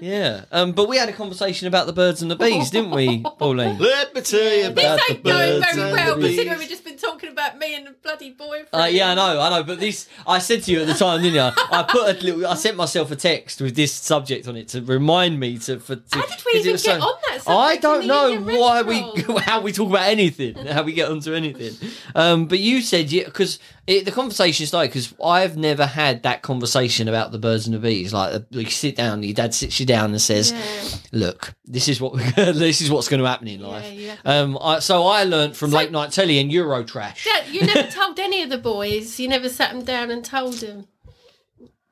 [SPEAKER 2] yeah, um, but we had a conversation about the birds and the bees, didn't we, Pauline?
[SPEAKER 3] let me tell you about
[SPEAKER 4] this
[SPEAKER 3] the
[SPEAKER 4] ain't going
[SPEAKER 3] birds
[SPEAKER 4] very
[SPEAKER 3] and
[SPEAKER 4] well,
[SPEAKER 3] the bees.
[SPEAKER 4] considering we've just been talking about me and the bloody boyfriend.
[SPEAKER 2] Uh, yeah, I know, I know. But this, I said to you at the time, didn't I? I put a little, I sent myself a text with this subject on it to remind me to. For, to
[SPEAKER 4] How did
[SPEAKER 2] 'cause
[SPEAKER 4] we
[SPEAKER 2] it
[SPEAKER 4] even
[SPEAKER 2] was
[SPEAKER 4] get
[SPEAKER 2] so-
[SPEAKER 4] on that? subject
[SPEAKER 2] I don't
[SPEAKER 4] in the
[SPEAKER 2] know
[SPEAKER 4] Indian
[SPEAKER 2] why we
[SPEAKER 4] restaurant?
[SPEAKER 2] how we talk about anything, how we get onto anything. Um, but you said yeah, because the conversation started because I've never had that conversation about the birds and the bees. Like uh, you sit down, your dad sits you down and says,
[SPEAKER 4] Yeah.
[SPEAKER 2] "Look, this is what we're gonna, this is what's going to happen in life."
[SPEAKER 4] you have
[SPEAKER 2] um, I, so I learned from
[SPEAKER 4] So-
[SPEAKER 2] late night telly and Eurotrash.
[SPEAKER 4] Dad, you never told any of the boys. You never sat them down and told them.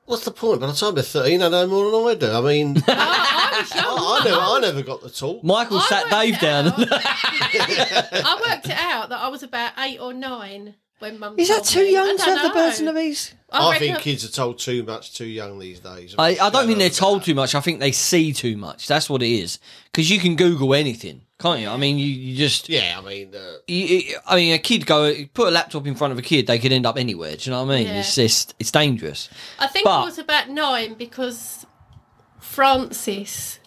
[SPEAKER 3] What's the point? By the time they're thirteen, I know more than I do. I mean, I,
[SPEAKER 4] I, I was young.
[SPEAKER 3] I never, I never got the talk.
[SPEAKER 2] Michael
[SPEAKER 4] I
[SPEAKER 2] sat
[SPEAKER 4] worked
[SPEAKER 2] Dave
[SPEAKER 4] it
[SPEAKER 2] down.
[SPEAKER 4] I worked it out that I was about eight or nine when Mum.
[SPEAKER 2] is that
[SPEAKER 4] told
[SPEAKER 2] too
[SPEAKER 4] me. I
[SPEAKER 2] young to
[SPEAKER 4] don't
[SPEAKER 2] have the birds and
[SPEAKER 4] know.
[SPEAKER 2] the bees?
[SPEAKER 3] I,
[SPEAKER 4] reckon
[SPEAKER 3] think kids are told too much too young these days.
[SPEAKER 2] I, I don't think they're told too much. I think they see too much. That's what it is. Because you can Google anything, can't you? I mean, you, you just.
[SPEAKER 3] Yeah, I mean, uh,
[SPEAKER 2] you- you- I mean, a kid go put a laptop in front of a kid, they could end up anywhere. Do you know what I mean?
[SPEAKER 4] Yeah.
[SPEAKER 2] It's just it's dangerous.
[SPEAKER 4] I think
[SPEAKER 2] But-
[SPEAKER 4] I was about nine because Frances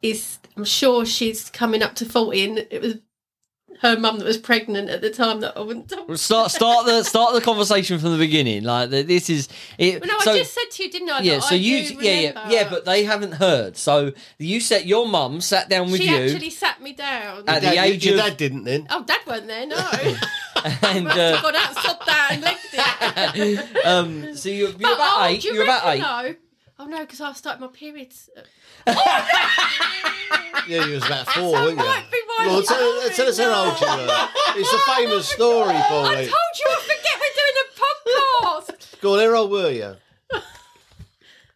[SPEAKER 4] is, I'm sure she's coming up to 40, and it was her mum that was pregnant at the time that I wouldn't talk.
[SPEAKER 2] Well, Start start the start the conversation from the beginning. Like th- this is it.
[SPEAKER 4] Well, no,
[SPEAKER 2] so-
[SPEAKER 4] I just said to you, didn't I? that
[SPEAKER 2] yeah, so
[SPEAKER 4] I
[SPEAKER 2] you
[SPEAKER 4] do
[SPEAKER 2] yeah yeah
[SPEAKER 4] remember.
[SPEAKER 2] yeah, but they haven't heard. So you set your mum sat down with
[SPEAKER 4] she
[SPEAKER 2] you.
[SPEAKER 4] actually sat me down.
[SPEAKER 2] At the
[SPEAKER 3] dad,
[SPEAKER 2] age
[SPEAKER 3] your
[SPEAKER 2] of-
[SPEAKER 3] dad didn't then.
[SPEAKER 4] oh, Dad weren't there, no.
[SPEAKER 2] and
[SPEAKER 4] I
[SPEAKER 2] uh,
[SPEAKER 4] got out, sobbed that, and left it.
[SPEAKER 2] um, so you're, you're
[SPEAKER 4] But,
[SPEAKER 2] about
[SPEAKER 4] oh,
[SPEAKER 2] eight.
[SPEAKER 4] do you
[SPEAKER 2] You're about eight.
[SPEAKER 4] reckon though? Oh no, because I started my periods.
[SPEAKER 3] Yeah, you was about four, weren't you?
[SPEAKER 4] might be why
[SPEAKER 3] Well,
[SPEAKER 4] she
[SPEAKER 3] tell,
[SPEAKER 4] told
[SPEAKER 3] tell
[SPEAKER 4] me
[SPEAKER 3] us how old you were. It's a famous story,
[SPEAKER 4] I told
[SPEAKER 3] Pauline.
[SPEAKER 4] you I forget we're doing a podcast.
[SPEAKER 3] Go on, how old were you?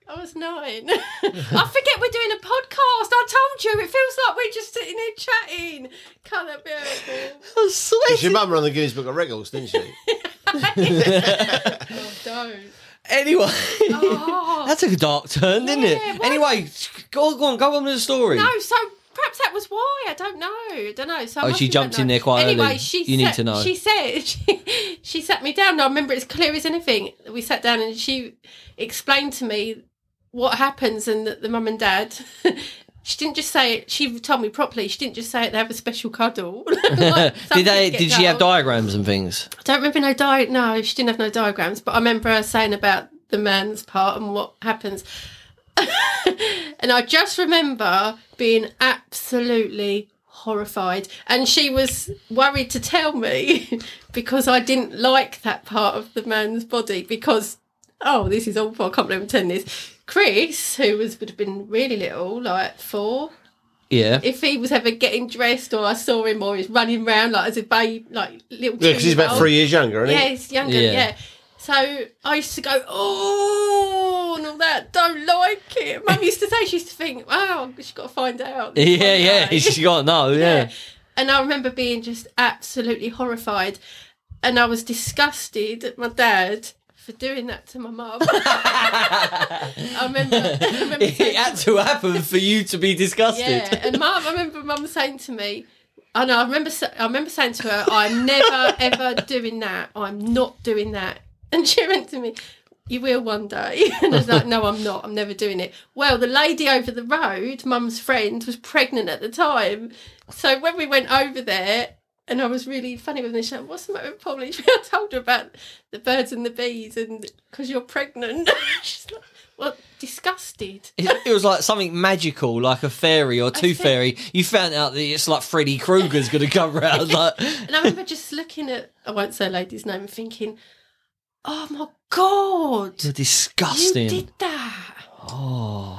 [SPEAKER 4] I was nine. I forget we're doing a podcast. I told you. It feels like we're just sitting here chatting. Can't that be horrible?
[SPEAKER 2] I'm
[SPEAKER 3] Because
[SPEAKER 2] sweating.
[SPEAKER 3] your mum ran the Guinness Book of Records, didn't she?
[SPEAKER 4] Oh, don't.
[SPEAKER 2] Anyway,
[SPEAKER 4] Oh.
[SPEAKER 2] that took a dark turn, didn't
[SPEAKER 4] Yeah,
[SPEAKER 2] it?
[SPEAKER 4] why-
[SPEAKER 2] Anyway, go, go on, go on with the story.
[SPEAKER 4] No, so perhaps that was why. I don't know. I don't know. So I
[SPEAKER 2] Oh,
[SPEAKER 4] must
[SPEAKER 2] she
[SPEAKER 4] have
[SPEAKER 2] jumped
[SPEAKER 4] done
[SPEAKER 2] in
[SPEAKER 4] that.
[SPEAKER 2] there quite
[SPEAKER 4] anyway,
[SPEAKER 2] early.
[SPEAKER 4] She
[SPEAKER 2] You need
[SPEAKER 4] sat-
[SPEAKER 2] to know.
[SPEAKER 4] She said she, she sat me down. I remember it's clear as anything. We sat down and she explained to me what happens and that the mum and dad. She didn't just say it. She told me properly. She didn't just say it. They have a special cuddle. Like,
[SPEAKER 2] did they?
[SPEAKER 4] something to
[SPEAKER 2] Did
[SPEAKER 4] get
[SPEAKER 2] she have
[SPEAKER 4] going.
[SPEAKER 2] diagrams and things?
[SPEAKER 4] I don't remember no di. No, she didn't have no diagrams. But I remember her saying about the man's part and what happens. and I just remember being absolutely horrified. And she was worried to tell me because I didn't like that part of the man's body because oh, this is awful. I can't believe I'm telling this. Chris, who was would have been really little, like four,
[SPEAKER 2] Yeah.
[SPEAKER 4] if he was ever getting dressed or I saw him or he's running around like as a babe, like little
[SPEAKER 3] Yeah, because he's about
[SPEAKER 4] two-year-old.
[SPEAKER 3] three years younger, isn't
[SPEAKER 4] Yeah,
[SPEAKER 3] he?
[SPEAKER 4] he's younger.
[SPEAKER 2] Yeah.
[SPEAKER 4] Yeah. So I used to go, oh, and all that. Don't like it. Mum used to say she used to think, wow, she's got to find out.
[SPEAKER 2] Yeah,
[SPEAKER 4] One
[SPEAKER 2] yeah.
[SPEAKER 4] day.
[SPEAKER 2] She got no. Yeah.
[SPEAKER 4] And I remember being just absolutely horrified, and I was disgusted at my dad for doing that to my mum. I remember. I remember
[SPEAKER 2] it
[SPEAKER 4] saying
[SPEAKER 2] had to happen for you to be disgusted.
[SPEAKER 4] yeah, and mum, I remember mum saying to me, I know, I remember, sa- I remember saying to her, I'm never ever doing that. I'm not doing that. And she went to me, You will one day. And I was like, No, I'm not. I'm never doing it. Well, the lady over the road, mum's friend, was pregnant at the time. So when we went over there, and I was really funny with this. She's like, What's the matter with Polly? I told her about the birds and the bees, and because you're pregnant. She's like, Well, disgusted.
[SPEAKER 2] It, it was like something magical, like a fairy or two
[SPEAKER 4] think-
[SPEAKER 2] fairy. You found out that it's like Freddy Krueger's going to come round. Like,
[SPEAKER 4] And I remember just looking at, I won't say a lady's name, and thinking, oh my God,
[SPEAKER 2] you're
[SPEAKER 4] you
[SPEAKER 2] disgusting.
[SPEAKER 4] did that.
[SPEAKER 2] Oh.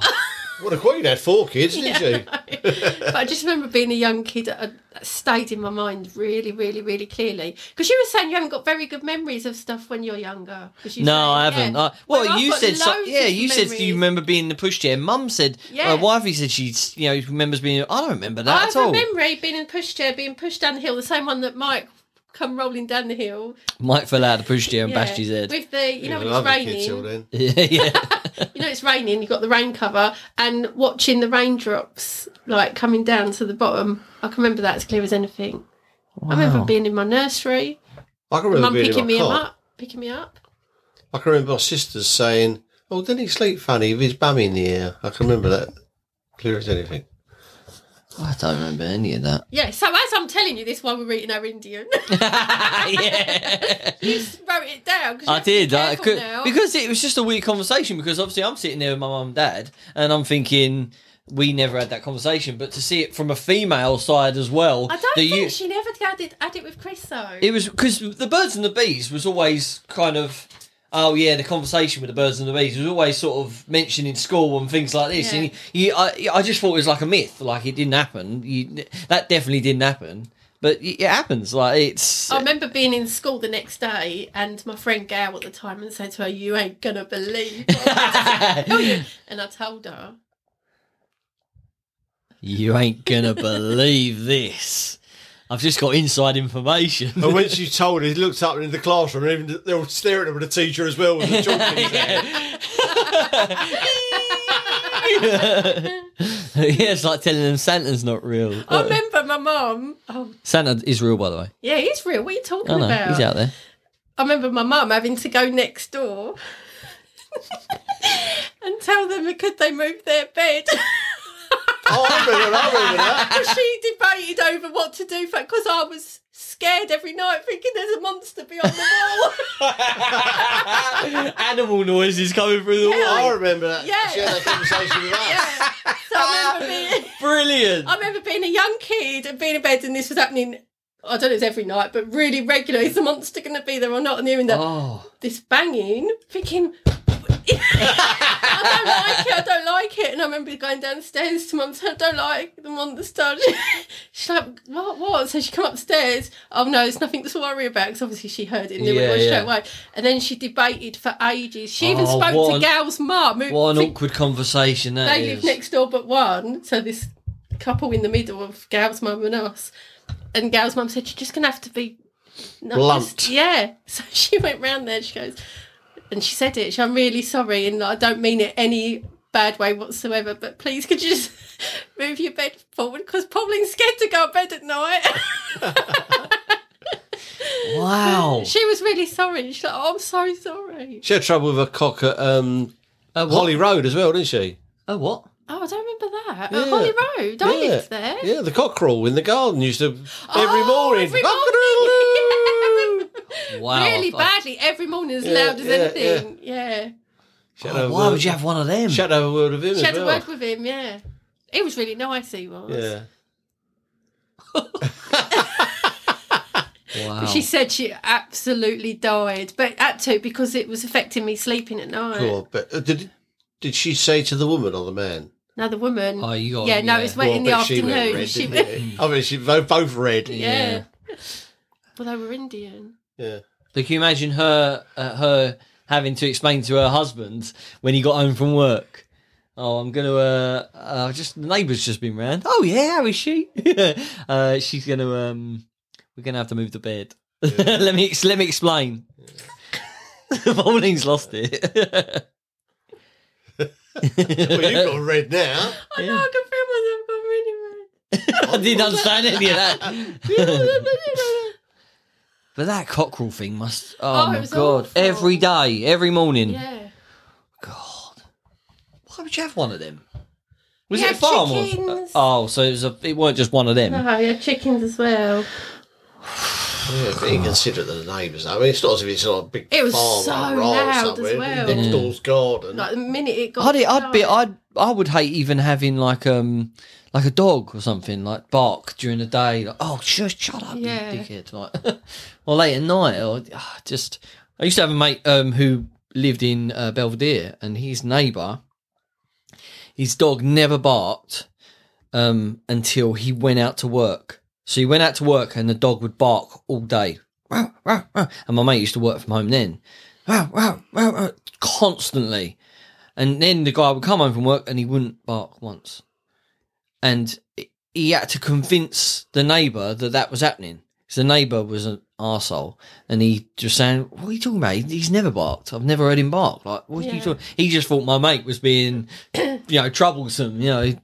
[SPEAKER 3] What a queen had four kids, didn't she?
[SPEAKER 4] but I just remember being a young kid that that stayed in my mind really, really, really clearly. Because you were saying you haven't got very good memories of stuff when you're younger. 'Cause you
[SPEAKER 2] No,
[SPEAKER 4] say,
[SPEAKER 2] I haven't.
[SPEAKER 4] yeah.
[SPEAKER 2] I, well,
[SPEAKER 4] I've
[SPEAKER 2] you
[SPEAKER 4] got
[SPEAKER 2] said so,
[SPEAKER 4] loads
[SPEAKER 2] yeah.
[SPEAKER 4] of
[SPEAKER 2] You said you
[SPEAKER 4] memories.
[SPEAKER 2] remember being in the pushchair. Mum said,
[SPEAKER 4] Yeah.
[SPEAKER 2] my wifey said she, you know, remembers being. I don't remember that
[SPEAKER 4] I
[SPEAKER 2] at
[SPEAKER 4] have
[SPEAKER 2] all.
[SPEAKER 4] a memory being in a pushchair, being pushed down the hill, the same one that Mike come rolling down the hill.
[SPEAKER 2] Mike fell out of the pushchair and
[SPEAKER 4] Yeah.
[SPEAKER 2] bashed his head.
[SPEAKER 4] With the, you know,
[SPEAKER 3] I
[SPEAKER 4] when
[SPEAKER 3] love
[SPEAKER 4] it's
[SPEAKER 3] the kids till
[SPEAKER 4] raining.
[SPEAKER 3] then.
[SPEAKER 2] yeah, yeah.
[SPEAKER 4] you know it's raining you've got the rain cover and watching the raindrops like coming down to the bottom i can remember that as clear as anything i remember
[SPEAKER 2] Wow.
[SPEAKER 4] being in my nursery
[SPEAKER 3] I can
[SPEAKER 4] mum
[SPEAKER 3] remember being
[SPEAKER 4] picking
[SPEAKER 3] in my
[SPEAKER 4] me
[SPEAKER 3] car.
[SPEAKER 4] up picking me up
[SPEAKER 3] I can remember my sisters saying, "Oh, didn't he sleep funny with his bum in the air?" I can remember that clear as anything.
[SPEAKER 2] I don't remember any of that.
[SPEAKER 4] yeah so as i'm telling you this while we're eating our indian
[SPEAKER 2] yeah.
[SPEAKER 4] you s- wrote it down cause you
[SPEAKER 2] I
[SPEAKER 4] have to be
[SPEAKER 2] did. I
[SPEAKER 4] careful
[SPEAKER 2] could
[SPEAKER 4] now.
[SPEAKER 2] because it was just a weird conversation. Because obviously, I'm sitting there with my mum and dad, and I'm thinking we never had that conversation. But to see it from a female side as well,
[SPEAKER 4] i don't
[SPEAKER 2] that
[SPEAKER 4] think
[SPEAKER 2] you-
[SPEAKER 4] she never had it, had it with chris though
[SPEAKER 2] it was because the birds and the bees was always kind of. Oh yeah, the conversation with the birds and the bees was always sort of mentioned in school and things like this.
[SPEAKER 4] Yeah.
[SPEAKER 2] And you, you, I, I just thought it was like a myth, like it didn't happen. You, that definitely didn't happen, but it it happens. Like it's
[SPEAKER 4] I remember being in school the next day and my friend Gail at the time and said to her, You ain't gonna believe what I'm about to tell you." And I told her.
[SPEAKER 2] You ain't gonna believe this. I've just got inside information.
[SPEAKER 3] And when she told her, he looked up into the classroom, and even they were staring at her with the teacher as well with the chalk in his hand.
[SPEAKER 2] yeah, it's like telling them Santa's not real.
[SPEAKER 4] I remember my mum. Oh,
[SPEAKER 2] Santa is real, by the way.
[SPEAKER 4] yeah, he's real. What are you talking
[SPEAKER 2] I know,
[SPEAKER 4] about?
[SPEAKER 2] he's out there.
[SPEAKER 4] I remember my mum having to go next door and tell them could they move their bed.
[SPEAKER 3] Oh, I remember, that, I remember that.
[SPEAKER 4] she debated over what to do because I was scared every night, thinking there's a monster beyond the wall.
[SPEAKER 2] Animal noises coming through the wall.
[SPEAKER 3] I remember that.
[SPEAKER 4] Yeah.
[SPEAKER 3] She had that conversation with us.
[SPEAKER 4] yeah. So I remember being.
[SPEAKER 2] Brilliant.
[SPEAKER 4] I remember being a young kid and being in bed and this was happening. I don't know if it's every night, but really regular. Is the monster going to be there or not? And hearing that
[SPEAKER 2] Oh,
[SPEAKER 4] this banging, thinking, I don't like it, I don't like it. And I remember going downstairs to mum and saying, I don't like the monster. She's like, what, what? So she come upstairs, oh no, it's nothing to worry about, because obviously she heard it and knew
[SPEAKER 2] Yeah,
[SPEAKER 4] it was
[SPEAKER 2] yeah.
[SPEAKER 4] straight away. And then she debated for ages. She even
[SPEAKER 2] Oh,
[SPEAKER 4] spoke
[SPEAKER 2] what
[SPEAKER 4] to
[SPEAKER 2] an-
[SPEAKER 4] Gal's mum, who
[SPEAKER 2] what an
[SPEAKER 4] think
[SPEAKER 2] awkward conversation that
[SPEAKER 4] they live
[SPEAKER 2] is.
[SPEAKER 4] next door but one, so this couple in the middle of Gal's mum and us. And Gal's mum said, You're just going to have to be not
[SPEAKER 3] Blunt.
[SPEAKER 4] just- yeah. So she went round there and she goes, and she said it. She, I'm really sorry, and I don't mean it any bad way whatsoever. But please, could you just move your bed forward? Because Pauline's scared to go to bed at night.
[SPEAKER 2] Wow.
[SPEAKER 4] she was really sorry. She's like, oh, I'm so sorry.
[SPEAKER 3] She had trouble with her cock at um,
[SPEAKER 2] Uh, what?
[SPEAKER 3] Holly Road as well, didn't she?
[SPEAKER 2] Oh, what?
[SPEAKER 4] Oh, I don't remember that.
[SPEAKER 3] Yeah.
[SPEAKER 4] At Holly Road, I lived there.
[SPEAKER 3] Yeah, the cockerel in the garden used to every
[SPEAKER 4] Oh,
[SPEAKER 3] morning.
[SPEAKER 4] every
[SPEAKER 3] Cock-a-doodle-doo.
[SPEAKER 2] Wow. Oh,
[SPEAKER 4] Really
[SPEAKER 2] I-
[SPEAKER 4] badly, every morning as
[SPEAKER 3] Yeah,
[SPEAKER 4] loud as
[SPEAKER 3] yeah,
[SPEAKER 4] anything. Yeah.
[SPEAKER 3] She had
[SPEAKER 2] Oh,
[SPEAKER 3] a
[SPEAKER 2] why
[SPEAKER 3] word-
[SPEAKER 2] would you have one of them?
[SPEAKER 3] she had a word with him
[SPEAKER 4] She
[SPEAKER 3] as
[SPEAKER 4] had a
[SPEAKER 3] well.
[SPEAKER 4] word with him, yeah. He was really nice, he was.
[SPEAKER 3] yeah.
[SPEAKER 2] wow.
[SPEAKER 4] She said she absolutely died, but had to because it was affecting me sleeping at night.
[SPEAKER 3] Cool. But uh, did did she say to the woman or the man?
[SPEAKER 4] Another woman.
[SPEAKER 2] Oh, you got
[SPEAKER 4] yeah, no, it's when in the
[SPEAKER 3] I bet she
[SPEAKER 4] afternoon.
[SPEAKER 3] went red,
[SPEAKER 4] she
[SPEAKER 3] didn't it? I mean, she they both red.
[SPEAKER 4] yeah.
[SPEAKER 2] Yeah.
[SPEAKER 4] Well, they were Indian.
[SPEAKER 3] Yeah.
[SPEAKER 2] Like, can you imagine her, uh, her having to explain to her husband when he got home from work? Oh, I'm gonna. Uh, uh just the neighbour's just been round. Oh yeah, how is she? uh, she's gonna. Um, we're gonna have to move the bed. let me ex- let me explain. Pauline's lost it.
[SPEAKER 3] Well, you've got red now.
[SPEAKER 4] I know, I can feel myself going really red.
[SPEAKER 2] I didn't understand any of that. but that cockerel thing must. Oh,
[SPEAKER 4] Oh, it
[SPEAKER 2] my
[SPEAKER 4] was
[SPEAKER 2] god!
[SPEAKER 4] awful.
[SPEAKER 2] Every day, every morning.
[SPEAKER 4] Yeah.
[SPEAKER 2] God, why would you have one of them? Was
[SPEAKER 4] We
[SPEAKER 2] it a
[SPEAKER 4] had
[SPEAKER 2] farm? or-
[SPEAKER 4] chickens.
[SPEAKER 2] oh, so it was a, it weren't just one of them.
[SPEAKER 4] Oh, yeah, chickens as well.
[SPEAKER 3] Yeah, being considerate of the neighbours. I mean, it's not as if it's on a big
[SPEAKER 4] It was
[SPEAKER 3] farm
[SPEAKER 4] so
[SPEAKER 3] like Ryle
[SPEAKER 4] loud as
[SPEAKER 3] somewhere.
[SPEAKER 4] well.
[SPEAKER 3] Next door's garden.
[SPEAKER 4] Like the minute it got.
[SPEAKER 2] I'd, I'd be
[SPEAKER 4] dark-
[SPEAKER 2] I'd I would hate even having like um like a dog or something like bark during the day. Like, oh, just shut up,
[SPEAKER 4] Yeah.
[SPEAKER 2] you dickhead! Like, or late at night, or ah, just I used to have a mate um who lived in uh, Belvedere, and his neighbour, his dog never barked um until he went out to work. So he went out to work, and the dog would bark all day. Wow, wow, wow. And my mate used to work from home then. Wow, wow, wow, wow, constantly. And then the guy would come home from work and he wouldn't bark once. And he had to convince the neighbour that that was happening. Because the neighbour was an arsehole. And he just saying, What are you talking about? He's never barked. I've never heard him bark. Like, what are you
[SPEAKER 4] Yeah.
[SPEAKER 2] talking He just thought my mate was being, you know, troublesome. You know, It-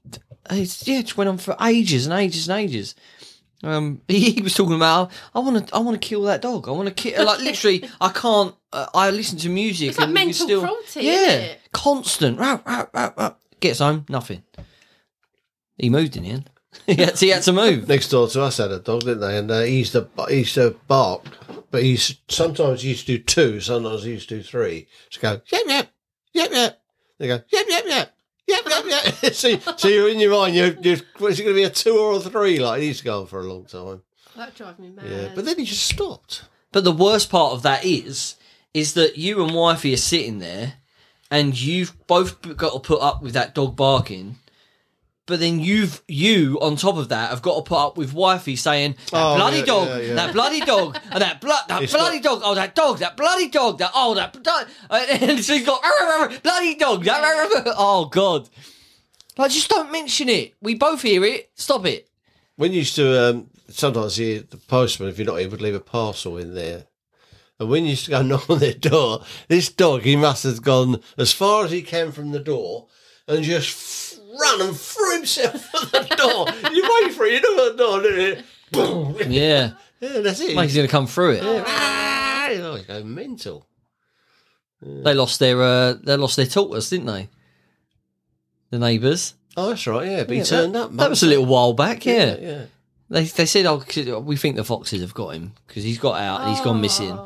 [SPEAKER 2] Uh, it's, yeah, it just went on for ages and ages and ages. Um, he, he was talking about I want to I want to kill that dog. I want to kill like literally I can't. Uh, I listen to music.
[SPEAKER 4] It's like
[SPEAKER 2] and you can
[SPEAKER 4] mental
[SPEAKER 2] still,
[SPEAKER 4] cruelty,
[SPEAKER 2] Yeah,
[SPEAKER 4] isn't it?
[SPEAKER 2] constant. Row, row, row, row. Gets home, nothing. He moved in the end. he, had to, he had to move.
[SPEAKER 3] Next door to us had a dog, didn't they? And uh, he used to bu- he used to bark, but he s- sometimes he used to do two, sometimes he used to do three. Just go yep yep yep yep. They go yep yep yep yep yep yep. so, so you're in your mind. You you is it going to be a two or a three? Like he's gone for a long time.
[SPEAKER 4] That drive me mad.
[SPEAKER 3] Yeah, but then he just stopped.
[SPEAKER 2] But the worst part of that is is that you and wifey are sitting there, and you've both got to put up with that dog barking. But then you've you on top of that have got to put up with wifey saying that
[SPEAKER 3] Oh,
[SPEAKER 2] bloody
[SPEAKER 3] yeah,
[SPEAKER 2] dog,
[SPEAKER 3] yeah, yeah.
[SPEAKER 2] that bloody dog, and that blood, that
[SPEAKER 3] It's
[SPEAKER 2] bloody
[SPEAKER 3] not-
[SPEAKER 2] dog, oh that dog, that bloody dog, that oh that, blo- and she's got bloody dog, that oh god, like just don't mention it. We both hear it. Stop it.
[SPEAKER 3] When you used to um, sometimes hear the postman, if you're not here, would leave a parcel in there. And when you used to go knock on their door, this dog, he must have gone as far as he can from the door and just f- run and threw himself at the door. you wait for it, you know at the door, do you? Boom.
[SPEAKER 2] Yeah,
[SPEAKER 3] Yeah, that's it.
[SPEAKER 2] like he's gonna come through it.
[SPEAKER 3] Ah, oh, you go mental.
[SPEAKER 2] They lost their uh, they lost their tortoise, didn't they? The neighbours.
[SPEAKER 3] Oh, that's right, yeah. But
[SPEAKER 2] Yeah,
[SPEAKER 3] he turned
[SPEAKER 2] that,
[SPEAKER 3] up.
[SPEAKER 2] That was a little while back. Yeah,
[SPEAKER 3] yeah. yeah.
[SPEAKER 2] they they said, "Oh, 'cause we think the foxes have got him because he's got out, and he's gone missing."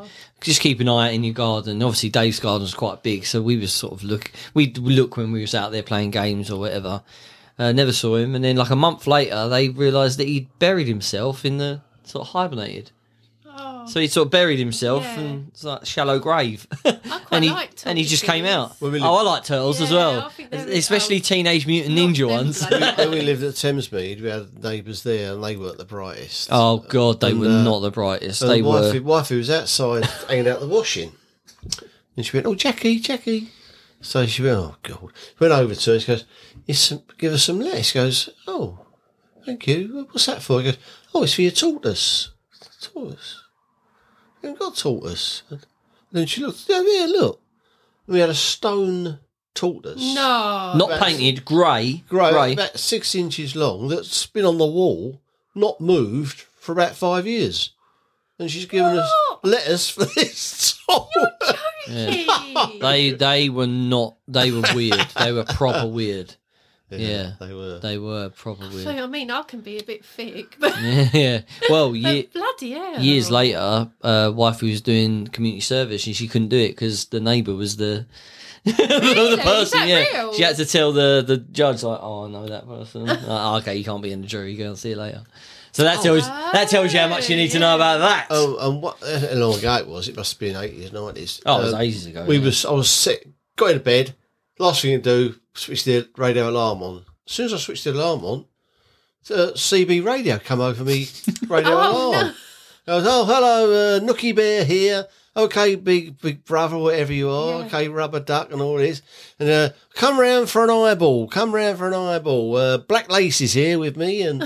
[SPEAKER 2] Just keep an eye out in your garden. Obviously, Dave's garden's quite big, so we was sort of look. We would look when we was out there playing games or whatever. Uh, never saw him, and then like a month later, they realised that he'd buried himself in the sort of hibernated.
[SPEAKER 4] Oh.
[SPEAKER 2] So he sort of buried himself
[SPEAKER 4] Yeah.
[SPEAKER 2] and it's like shallow grave.
[SPEAKER 4] quite
[SPEAKER 2] and he,
[SPEAKER 4] like
[SPEAKER 2] and he
[SPEAKER 4] turtles.
[SPEAKER 2] just came out.
[SPEAKER 3] Well, we
[SPEAKER 2] oh, I like turtles as
[SPEAKER 4] Yeah,
[SPEAKER 2] well,
[SPEAKER 4] I think they're-
[SPEAKER 2] especially
[SPEAKER 4] oh,
[SPEAKER 2] Teenage Mutant
[SPEAKER 4] not
[SPEAKER 2] Ninja
[SPEAKER 4] them
[SPEAKER 2] ones.
[SPEAKER 4] bloody-
[SPEAKER 3] when we lived at Thamesmead, we had neighbours there and they weren't the brightest.
[SPEAKER 2] oh God, they
[SPEAKER 3] And,
[SPEAKER 2] were
[SPEAKER 3] uh,
[SPEAKER 2] not the brightest.
[SPEAKER 3] And
[SPEAKER 2] They were.
[SPEAKER 3] wifey, wifey was outside hanging out the washing. And she went, Oh, Jackie, Jackie. So she went, Oh, God. Went over to her. She goes, "Here's some, Give us some lettuce. She goes, Oh, thank you. What's that for? He goes, Oh, it's for your tortoise. Tortoise. You haven't got tortoise. And then she looked, Oh, yeah, look. We had a stone tortoise.
[SPEAKER 4] No.
[SPEAKER 2] Not
[SPEAKER 3] that's-
[SPEAKER 2] painted, grey.
[SPEAKER 3] Grey,
[SPEAKER 2] Grey.
[SPEAKER 3] about six inches long, that's been on the wall, not moved for about five years. And she's given us letters for this doll.
[SPEAKER 4] Hey.
[SPEAKER 2] They they were not. They were weird. they were proper weird. Yeah.
[SPEAKER 3] They were.
[SPEAKER 2] They were proper
[SPEAKER 4] So,
[SPEAKER 2] weird.
[SPEAKER 4] I mean, I can be a bit thick, but
[SPEAKER 2] yeah. Well, yeah.
[SPEAKER 4] but bloody hell.
[SPEAKER 2] years later, uh, wife was doing community service and she couldn't do it because the neighbour was the the
[SPEAKER 4] Is
[SPEAKER 2] person.
[SPEAKER 4] that
[SPEAKER 2] yeah,
[SPEAKER 4] real?
[SPEAKER 2] she had to tell the the judge like, "Oh, I know that person. Like, "Oh, okay, you can't be in the jury. Go and see you later." So
[SPEAKER 4] Oh,
[SPEAKER 2] that tells that tells you how much you need to know about that. Oh,
[SPEAKER 3] Oh, and what how long ago it was? It must have been eighties, nineties.
[SPEAKER 2] Oh,
[SPEAKER 3] Um,
[SPEAKER 2] it was ages ago.
[SPEAKER 3] uh, We
[SPEAKER 2] yeah.
[SPEAKER 3] was I was sick, got into bed. Last thing to do, switch the radio alarm on. As soon as I switched the alarm on, uh, CB radio come over me radio
[SPEAKER 4] Oh,
[SPEAKER 3] alarm. I was, oh hello, uh, Nookie Bear here. Okay, big big brother, whatever you are.
[SPEAKER 4] Yeah.
[SPEAKER 3] Okay, rubber duck and all this. And uh, come round for an eyeball. Come round for an eyeball. Uh, Black Lace is here with me and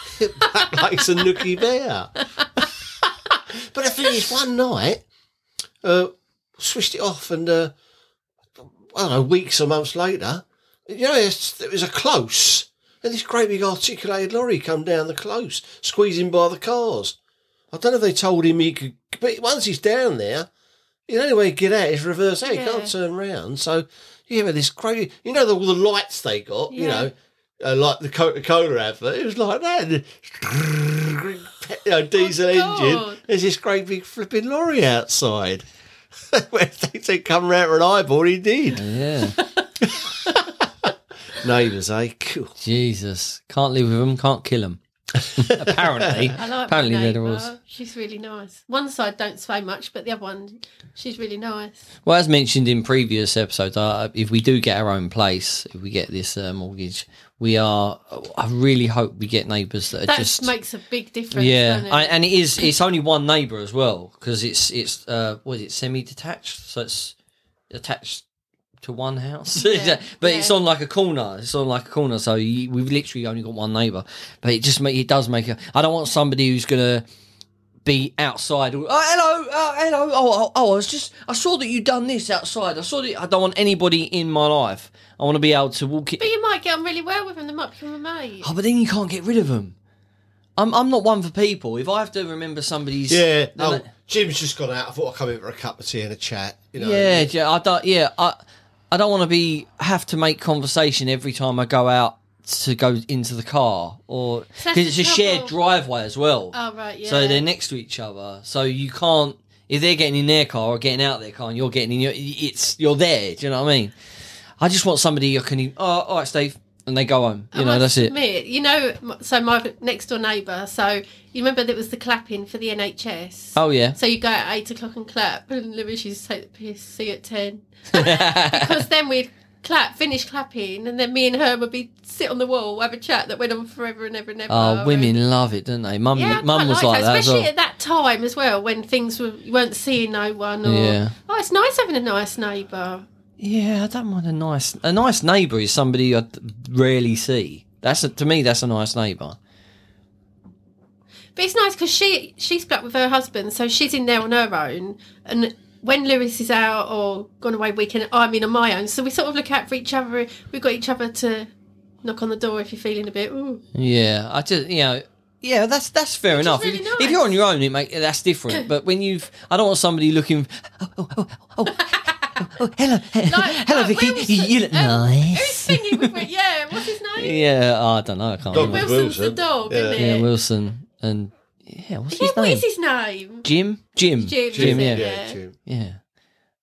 [SPEAKER 3] Black Lace and Nookie Bear. but the thing is, one night, uh, switched it off, and uh, I don't know, weeks or months later, you know, it's, it was a close, and this great big articulated lorry come down the close, squeezing by the cars. I don't know if they told him he could, but once he's down there, the only way to get out is reverse out. You
[SPEAKER 4] Yeah.
[SPEAKER 3] can't turn round. So you have this crazy, you know, the, all the lights they got, you
[SPEAKER 4] Yeah.
[SPEAKER 3] know, uh, like the Coca Cola advert. It was like that. You know, diesel
[SPEAKER 4] Oh God.
[SPEAKER 3] engine. There's this great big flipping lorry outside. Where they said come round for an eyeball, he did.
[SPEAKER 2] yeah.
[SPEAKER 3] Neighbours, eh? Cool.
[SPEAKER 2] Jesus, can't live with them. Can't kill them. apparently,
[SPEAKER 4] I like
[SPEAKER 2] apparently
[SPEAKER 4] my
[SPEAKER 2] they're the
[SPEAKER 4] neighbour.
[SPEAKER 2] rules.
[SPEAKER 4] She's really nice. One side don't say much, but the other one, she's really nice.
[SPEAKER 2] Well, as mentioned in previous episodes, uh, if we do get our own place, if we get this uh, mortgage, we are. I really hope we get neighbours that are
[SPEAKER 4] That
[SPEAKER 2] just.
[SPEAKER 4] makes a big difference.
[SPEAKER 2] yeah,
[SPEAKER 4] doesn't it?
[SPEAKER 2] I, and it is. It's only one neighbour as well because it's it's uh, what is it semi-detached, so it's attached to one house.
[SPEAKER 4] Yeah,
[SPEAKER 2] but
[SPEAKER 4] yeah.
[SPEAKER 2] it's on like a corner. It's on like a corner, so you, we've literally only got one neighbour. But it just make it does make. A, I don't want somebody who's gonna be outside. Oh, hello, oh, hello. Oh, oh, oh, I was just. I saw that you done this outside. I saw that. I don't want anybody in my life. I want to be able to walk it.
[SPEAKER 4] but you might get on really well with them. They might become a mate.
[SPEAKER 2] Oh, but then you can't get rid of them. I'm, I'm not one for people. If I have to remember somebody's
[SPEAKER 3] Yeah.
[SPEAKER 2] They're
[SPEAKER 3] Oh,
[SPEAKER 2] like-
[SPEAKER 3] Jim's just gone out. I thought I'd come in for a cup of tea and a chat. You know.
[SPEAKER 2] yeah, yeah, I don't yeah I I don't want to be have to make conversation every time I go out to go into the car or
[SPEAKER 4] that's
[SPEAKER 2] because it's
[SPEAKER 4] the
[SPEAKER 2] a shared
[SPEAKER 4] trouble.
[SPEAKER 2] driveway as well.
[SPEAKER 4] Oh, right, yeah.
[SPEAKER 2] So they're next to each other, so you can't. If they're getting in their car or getting out of their car, and you're getting in your, it's you're there. Do you know what I mean? I just want somebody I can. Oh, all right, Steve, and they go home. You
[SPEAKER 4] I
[SPEAKER 2] know, that's
[SPEAKER 4] must
[SPEAKER 2] it.
[SPEAKER 4] admit, you know, m- so my next door neighbour. So you remember there was the clapping for the NHS.
[SPEAKER 2] Oh yeah.
[SPEAKER 4] So you go at eight o'clock and clap, and Lewis used to take the piss. See you at ten, because then we'd clap, finish clapping, and then me and her would be sit on the wall, have a chat that went on forever and ever and ever.
[SPEAKER 2] Oh, women love it, don't they? Mum,
[SPEAKER 4] Uh, Yeah, I
[SPEAKER 2] mum
[SPEAKER 4] quite
[SPEAKER 2] was like that as
[SPEAKER 4] especially
[SPEAKER 2] well.
[SPEAKER 4] at that time as well, when things were you weren't seeing no one. Or,
[SPEAKER 2] Yeah.
[SPEAKER 4] Oh, it's nice having a nice neighbour.
[SPEAKER 2] Yeah, I don't mind a nice a nice neighbour is somebody I d- rarely see. That's a, to me that's a nice neighbour.
[SPEAKER 4] But it's nice because she she split up with her husband, so she's in there on her own. And when Lewis is out or gone away weekend, I'm in on my own. So we sort of look out for each other. We've got each other to knock on the door if you're feeling a bit. Ooh.
[SPEAKER 2] Yeah, I just you know. Yeah, that's that's fair enough.
[SPEAKER 4] really
[SPEAKER 2] if,
[SPEAKER 4] nice.
[SPEAKER 2] if you're on your own, it make that's different. But when you've, I don't want somebody looking. Oh, oh, oh, oh, oh, oh, hello, hello,
[SPEAKER 4] like
[SPEAKER 2] Vicky.
[SPEAKER 4] Wilson,
[SPEAKER 2] You, you look
[SPEAKER 4] um, Who's
[SPEAKER 2] nice.
[SPEAKER 4] singing with me? Yeah, what's his name?
[SPEAKER 2] Yeah, oh, I don't know. I can't.
[SPEAKER 3] Dog
[SPEAKER 2] remember.
[SPEAKER 4] Wilson's the
[SPEAKER 3] Wilson.
[SPEAKER 4] dog, isn't
[SPEAKER 2] Yeah,
[SPEAKER 4] it?
[SPEAKER 2] Wilson and yeah, what's
[SPEAKER 4] Yeah,
[SPEAKER 2] his
[SPEAKER 4] what
[SPEAKER 2] name?
[SPEAKER 4] is his name?
[SPEAKER 2] Jim. Jim.
[SPEAKER 4] Jim,
[SPEAKER 2] Jim.
[SPEAKER 4] isn't
[SPEAKER 2] Yeah.
[SPEAKER 4] it?
[SPEAKER 3] Yeah.
[SPEAKER 4] Yeah.
[SPEAKER 3] Jim.
[SPEAKER 2] Yeah.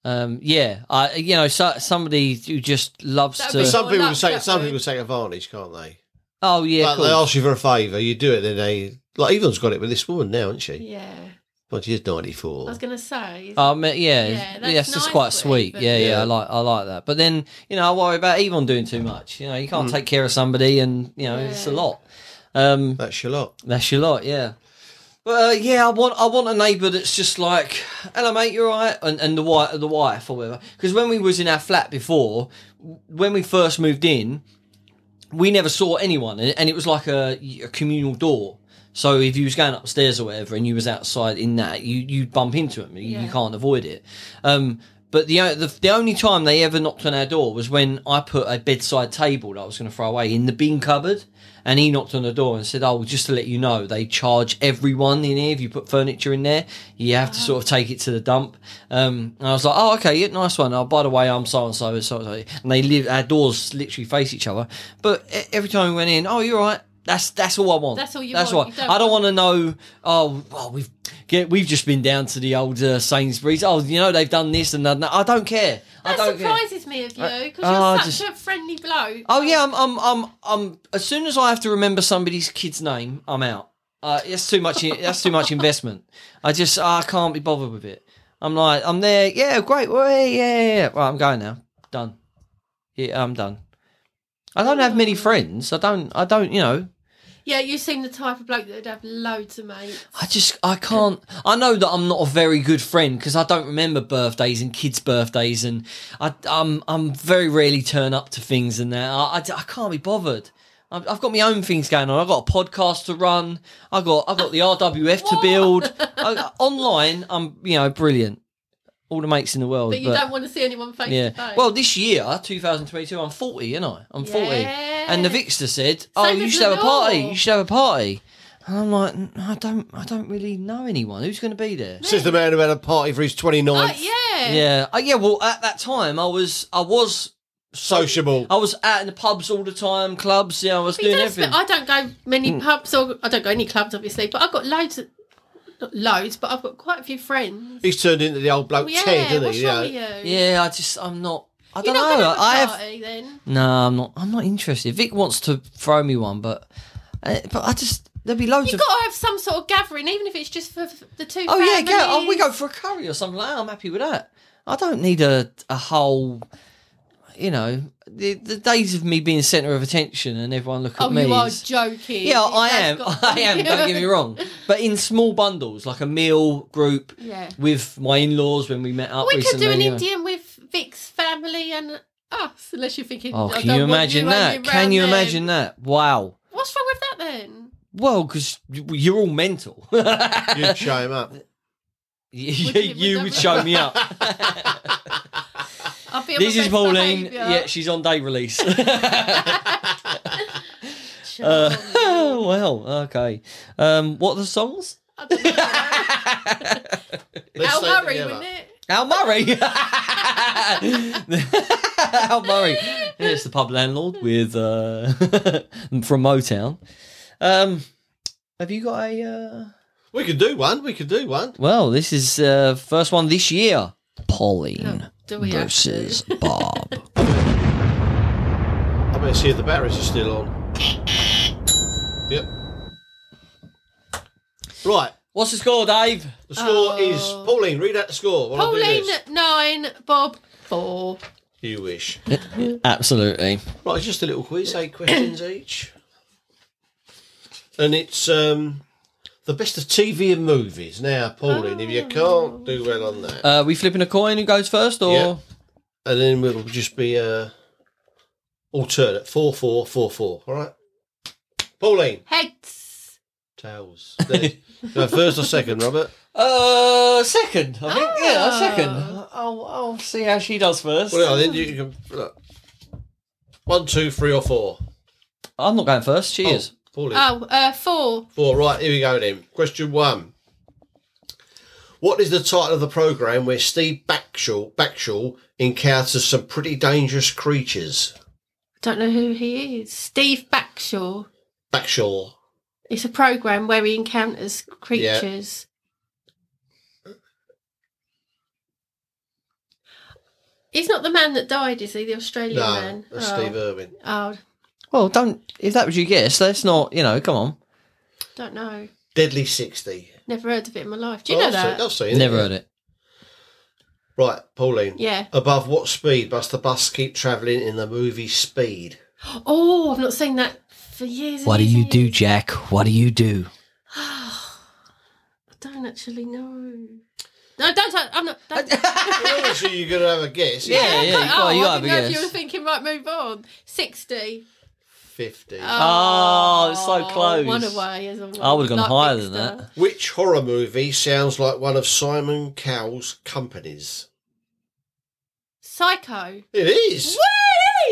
[SPEAKER 2] Um, yeah, I you know so, somebody who just loves
[SPEAKER 4] That'd
[SPEAKER 2] to.
[SPEAKER 4] be-
[SPEAKER 3] Some
[SPEAKER 4] Well,
[SPEAKER 3] people
[SPEAKER 4] that's
[SPEAKER 3] say
[SPEAKER 4] that
[SPEAKER 3] some
[SPEAKER 4] way.
[SPEAKER 3] people take advantage, can't they?
[SPEAKER 2] oh yeah,
[SPEAKER 3] like
[SPEAKER 2] cool.
[SPEAKER 3] they ask you for a favour, you do it, then they like Evelyn's got it with this woman now, hasn't she?
[SPEAKER 4] Yeah.
[SPEAKER 3] Well, she's ninety
[SPEAKER 4] I
[SPEAKER 3] four.
[SPEAKER 4] was going to say.
[SPEAKER 2] Um, yeah, yeah,
[SPEAKER 4] Yeah, that's
[SPEAKER 2] that's just
[SPEAKER 4] nice
[SPEAKER 2] quite
[SPEAKER 4] for it,
[SPEAKER 2] sweet.
[SPEAKER 4] but-
[SPEAKER 2] yeah, yeah,
[SPEAKER 3] Yeah.
[SPEAKER 2] I like, I like that. But then, you know, I worry about Yvonne doing too much. You know, you
[SPEAKER 3] Mm.
[SPEAKER 2] can't take care of somebody, and you know, it's a
[SPEAKER 4] Yeah.
[SPEAKER 2] lot. Um,
[SPEAKER 3] That's your lot.
[SPEAKER 2] that's your lot, yeah. But uh, yeah, I want, I want a neighbour that's just like, "Hello, mate, you're right," and and the wife, the wife or whatever. Because when we was in our flat before, w- when we first moved in, we never saw anyone, and, and it was like a, a communal door. So if you was going upstairs or whatever, and you was outside in that, you you would bump into them. You, you
[SPEAKER 4] Yeah.
[SPEAKER 2] can't avoid it. Um, But the, o- the the only time they ever knocked on our door was when I put a bedside table that I was going to throw away in the bin cupboard, and he knocked on the door and said, "Oh, just to let you know, they charge everyone in here. If you put furniture in there, you have to sort of take it to the dump." Um, and I was like, "Oh, okay, yeah, nice one. Oh, by the way, I'm so and so and so and so." And they live our doors literally face each other. But e- every time we went in, "Oh, you're right." That's that's all I want.
[SPEAKER 4] That's all you
[SPEAKER 2] That's
[SPEAKER 4] want.
[SPEAKER 2] what
[SPEAKER 4] You don't
[SPEAKER 2] I don't want to know. Oh, well, we've get we've just been down to the old uh, Sainsbury's. Oh, you know they've done this and that. and that. I don't care. I
[SPEAKER 4] That
[SPEAKER 2] don't care.
[SPEAKER 4] surprises me of you because
[SPEAKER 2] Oh,
[SPEAKER 4] you're
[SPEAKER 2] I
[SPEAKER 4] such
[SPEAKER 2] just-
[SPEAKER 4] a friendly bloke.
[SPEAKER 2] Oh yeah, I'm, I'm, I'm, I'm. As soon as I have to remember somebody's kid's name, I'm out. Uh, it's too much. That's too much investment. I just, I can't be bothered with it. I'm like, I'm there. Yeah, great. Well, yeah, yeah, yeah. Right, I'm going now. Done. Yeah, I'm done. I don't have many friends. I don't. I don't. You know.
[SPEAKER 4] Yeah, you seem the type of bloke that would have loads of mates.
[SPEAKER 2] I just I can't. I know that I'm not a very good friend because I don't remember birthdays and kids' birthdays, and I I'm I'm very rarely turn up to things and that. I, I, I can't be bothered. I've I've got my own things going on. I've got a podcast to run. I got I've got the RWF to build. I, online, I'm you know brilliant. All the mates in the world,
[SPEAKER 4] But you don't want to see anyone face
[SPEAKER 2] Oh, yeah.
[SPEAKER 4] to face.
[SPEAKER 2] Well, this year, 2022, I'm 40, and I I'm 40. And the
[SPEAKER 4] Yeah.
[SPEAKER 2] Vixter said, "Oh, you
[SPEAKER 4] as
[SPEAKER 2] should have a party.
[SPEAKER 4] Lenore.
[SPEAKER 2] You should have a party." And I'm like, "N- "I don't, I don't really know anyone. Who's going to be there?"
[SPEAKER 3] Says the man who had a party for his 29th.
[SPEAKER 4] Oh, yeah.
[SPEAKER 2] Yeah, uh, yeah. Well, at that time, I was, I was,
[SPEAKER 3] Sociable.
[SPEAKER 4] Oh.
[SPEAKER 2] I was out in the pubs all the time, clubs. Yeah, I was
[SPEAKER 4] But you
[SPEAKER 2] doing
[SPEAKER 4] don't
[SPEAKER 2] everything.
[SPEAKER 4] spend, I don't go many
[SPEAKER 2] Mm.
[SPEAKER 4] pubs or I don't go any clubs, obviously. But I've got loads, of, not loads, but I've got quite a few friends. Oh,
[SPEAKER 3] He's turned into the old bloke
[SPEAKER 4] Yeah,
[SPEAKER 3] Ted, isn't
[SPEAKER 4] what's
[SPEAKER 3] he?
[SPEAKER 4] wrong
[SPEAKER 3] Yeah.
[SPEAKER 4] with you?
[SPEAKER 2] yeah, I just, I'm not. I don't
[SPEAKER 4] You're not
[SPEAKER 2] know.
[SPEAKER 4] going to
[SPEAKER 2] I
[SPEAKER 4] have a
[SPEAKER 2] have.
[SPEAKER 4] party then.
[SPEAKER 2] No, I'm not. I'm not interested. Vic wants to throw me one, but, uh, but I just there'll be loads
[SPEAKER 4] You've
[SPEAKER 2] of.
[SPEAKER 4] got to have some sort of gathering, even if it's just for f- the two.
[SPEAKER 2] Oh yeah, yeah. Oh,
[SPEAKER 4] families.
[SPEAKER 2] we go for a curry or something like that. I'm happy with that. I don't need a a whole, you know, the the days of me being centre of attention and everyone look at
[SPEAKER 4] Oh,
[SPEAKER 2] me.
[SPEAKER 4] you are
[SPEAKER 2] is-
[SPEAKER 4] joking.
[SPEAKER 2] yeah, I
[SPEAKER 4] That's
[SPEAKER 2] am.
[SPEAKER 4] got-
[SPEAKER 2] I am. Don't get me wrong. But in small bundles, like a meal group
[SPEAKER 4] Yeah.
[SPEAKER 2] with my in-laws when we met up.
[SPEAKER 4] we could
[SPEAKER 2] recently,
[SPEAKER 4] do an
[SPEAKER 2] you know.
[SPEAKER 4] Indian with Vic's family and us, unless you're thinking.
[SPEAKER 2] Oh,
[SPEAKER 4] I
[SPEAKER 2] can
[SPEAKER 4] don't
[SPEAKER 2] you
[SPEAKER 4] want
[SPEAKER 2] imagine that?
[SPEAKER 4] hanging
[SPEAKER 2] Can
[SPEAKER 4] round
[SPEAKER 2] you
[SPEAKER 4] them.
[SPEAKER 2] imagine that? Wow.
[SPEAKER 4] What's wrong with that then?
[SPEAKER 2] Well, because you're all mental.
[SPEAKER 3] You'd show him up.
[SPEAKER 2] you
[SPEAKER 4] Would you-
[SPEAKER 2] you
[SPEAKER 4] would
[SPEAKER 2] would
[SPEAKER 4] that-
[SPEAKER 2] show me up.
[SPEAKER 4] I'll be on my
[SPEAKER 2] This is
[SPEAKER 4] best
[SPEAKER 2] Pauline.
[SPEAKER 4] behaviour.
[SPEAKER 2] Yeah, she's on day release.
[SPEAKER 4] Sure.
[SPEAKER 2] Uh, well, okay. Um, what are the songs?
[SPEAKER 4] I don't know.
[SPEAKER 3] Let's
[SPEAKER 4] Al
[SPEAKER 3] stay
[SPEAKER 4] Murray,
[SPEAKER 3] together.
[SPEAKER 4] wouldn't it?
[SPEAKER 2] Al Murray. Al Murray. Yeah, it's the pub landlord with uh, from Motown. Um, have you got a? Uh...
[SPEAKER 3] We could do one. We could do one.
[SPEAKER 2] Well, this is uh, first one this year. Pauline
[SPEAKER 4] Oh, Do we have to?
[SPEAKER 2] versus Bob.
[SPEAKER 3] I better see if the batteries are still on. Yep. Right.
[SPEAKER 2] What's the score, Dave?
[SPEAKER 3] The score is Pauline. Read out the score. while I do
[SPEAKER 4] Oh. Pauline
[SPEAKER 3] this.
[SPEAKER 4] nine, Bob four.
[SPEAKER 3] You wish.
[SPEAKER 2] Absolutely.
[SPEAKER 3] Right, it's just a little quiz, eight questions each. And it's um, the best of TV and movies. Now, Pauline, if you can't do well on that,
[SPEAKER 2] Uh, we flipping a coin. Who goes first? Or
[SPEAKER 3] Yeah. and then we'll just be uh, alternate four, four, four, four. All right, Pauline,
[SPEAKER 4] Heads.
[SPEAKER 3] tails. There. no, first or second, Robert?
[SPEAKER 2] uh, second? I think. Yeah,
[SPEAKER 4] Ah.
[SPEAKER 2] second. I'll, I'll see how she does first.
[SPEAKER 3] Well, then you can look. one, two, three, or four.
[SPEAKER 2] I'm not going first. She is.
[SPEAKER 3] Oh, Pauline.
[SPEAKER 4] Oh, uh, four.
[SPEAKER 3] Four. Right, here we go then. Question one. What is the title of the programme where Steve Backshall, Backshall encounters some pretty dangerous creatures?
[SPEAKER 4] Don't know who he is. Steve Backshaw.
[SPEAKER 3] Backshall.
[SPEAKER 4] It's a program where he encounters creatures. He's not the man that died, is he? The Australian
[SPEAKER 3] No,
[SPEAKER 4] man.
[SPEAKER 3] that's
[SPEAKER 4] oh.
[SPEAKER 3] Steve Irwin.
[SPEAKER 4] Oh,
[SPEAKER 2] Well, don't. If that was your guess, that's not. You know, come on.
[SPEAKER 4] don't know.
[SPEAKER 3] Deadly 60.
[SPEAKER 4] Never heard of it in my life. Do you
[SPEAKER 3] Oh,
[SPEAKER 4] know
[SPEAKER 3] I've
[SPEAKER 4] that?
[SPEAKER 3] Seen, I've seen
[SPEAKER 2] Never
[SPEAKER 3] it.
[SPEAKER 2] heard it.
[SPEAKER 3] Right, Pauline.
[SPEAKER 4] Yeah.
[SPEAKER 3] Above what speed must the bus keep travelling in the movie Speed?
[SPEAKER 4] Oh, I've not seen that for years. and
[SPEAKER 2] What do
[SPEAKER 4] years
[SPEAKER 2] you
[SPEAKER 4] and
[SPEAKER 2] do,
[SPEAKER 4] years.
[SPEAKER 2] Jack? What do you do?
[SPEAKER 4] I don't actually know. No, don't. I- I'm not. Don't.
[SPEAKER 3] Obviously, you're going to have a guess.
[SPEAKER 2] Yeah.
[SPEAKER 4] I can't-
[SPEAKER 2] you gotta- you
[SPEAKER 4] oh,
[SPEAKER 2] gotta
[SPEAKER 4] I
[SPEAKER 2] be
[SPEAKER 4] didn't know if
[SPEAKER 2] guess.
[SPEAKER 4] you were thinking. Right, move on. Sixty.
[SPEAKER 3] 50.
[SPEAKER 2] Oh, it's so close.
[SPEAKER 4] One away as always.
[SPEAKER 2] I would have gone
[SPEAKER 4] Like
[SPEAKER 2] higher
[SPEAKER 4] Big
[SPEAKER 2] than that.
[SPEAKER 4] Star.
[SPEAKER 3] Which horror movie sounds like one of Simon Cowell's companies?
[SPEAKER 4] Psycho.
[SPEAKER 3] It is.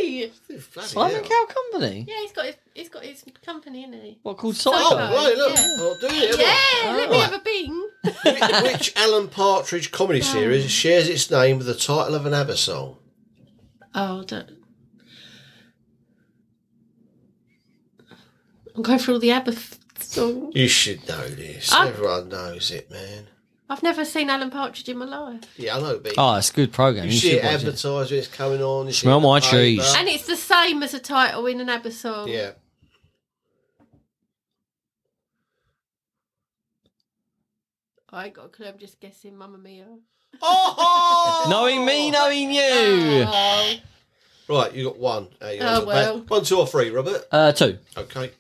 [SPEAKER 4] Whee!
[SPEAKER 3] Bloody
[SPEAKER 2] Simon
[SPEAKER 3] hell.
[SPEAKER 2] Cow Company.
[SPEAKER 4] Yeah, he's got his, he's got his company, isn't he?
[SPEAKER 2] What called
[SPEAKER 3] Oh,
[SPEAKER 2] Psycho?
[SPEAKER 4] Psycho.
[SPEAKER 3] right, look.
[SPEAKER 4] Yeah.
[SPEAKER 3] I'll do it.
[SPEAKER 4] Yeah,
[SPEAKER 2] Oh.
[SPEAKER 4] let me
[SPEAKER 3] Right.
[SPEAKER 4] have a bing.
[SPEAKER 3] Wh- Which Alan Partridge comedy series shares its name with the title of an ABBA song?
[SPEAKER 4] Oh, don't. I'm going through all the ABBA f- song.
[SPEAKER 3] You should know this.
[SPEAKER 4] I-
[SPEAKER 3] Everyone knows it, man.
[SPEAKER 4] I've never seen Alan Partridge in my life.
[SPEAKER 3] Yeah, I know, but
[SPEAKER 2] Oh, it's a good program.
[SPEAKER 3] you,
[SPEAKER 2] You,
[SPEAKER 3] see it
[SPEAKER 2] should watch it.
[SPEAKER 3] advertised when it's coming on. You see
[SPEAKER 2] Smell
[SPEAKER 3] it in
[SPEAKER 2] my
[SPEAKER 3] the
[SPEAKER 2] cheese.
[SPEAKER 3] paper.
[SPEAKER 4] And it's the same as a title in an ABBA song.
[SPEAKER 3] Yeah.
[SPEAKER 4] I ain't got a clue, I'm just guessing Mamma Mia.
[SPEAKER 3] Oh!
[SPEAKER 2] Knowing me, knowing you.
[SPEAKER 4] Oh,
[SPEAKER 3] Right, you got one. Uh, you
[SPEAKER 4] Oh,
[SPEAKER 3] got
[SPEAKER 4] well.
[SPEAKER 3] One, two, or three, Robert.
[SPEAKER 2] Uh, two.
[SPEAKER 3] Okay.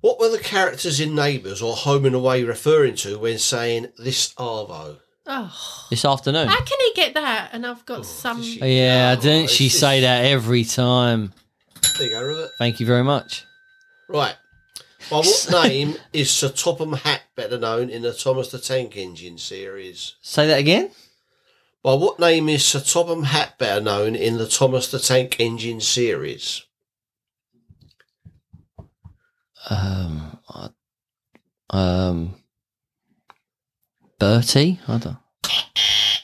[SPEAKER 3] What were the characters in Neighbours or Home and Away referring to when saying this Arvo?
[SPEAKER 4] Oh.
[SPEAKER 2] This afternoon.
[SPEAKER 4] How can he get that? And I've got some.
[SPEAKER 3] did Oh, she-
[SPEAKER 2] Yeah,
[SPEAKER 3] Oh,
[SPEAKER 2] didn't
[SPEAKER 3] it's
[SPEAKER 2] she
[SPEAKER 3] just-
[SPEAKER 2] say that every time?
[SPEAKER 3] There you go, Robert.
[SPEAKER 2] Thank you very much.
[SPEAKER 3] Right. By what name is Sir Topham Hatt better known in the Thomas the Tank Engine series?
[SPEAKER 2] Say that again.
[SPEAKER 3] By what name is Sir Topham Hatt better known in the Thomas the Tank Engine series?
[SPEAKER 2] Um, I- um, Bertie. I don't.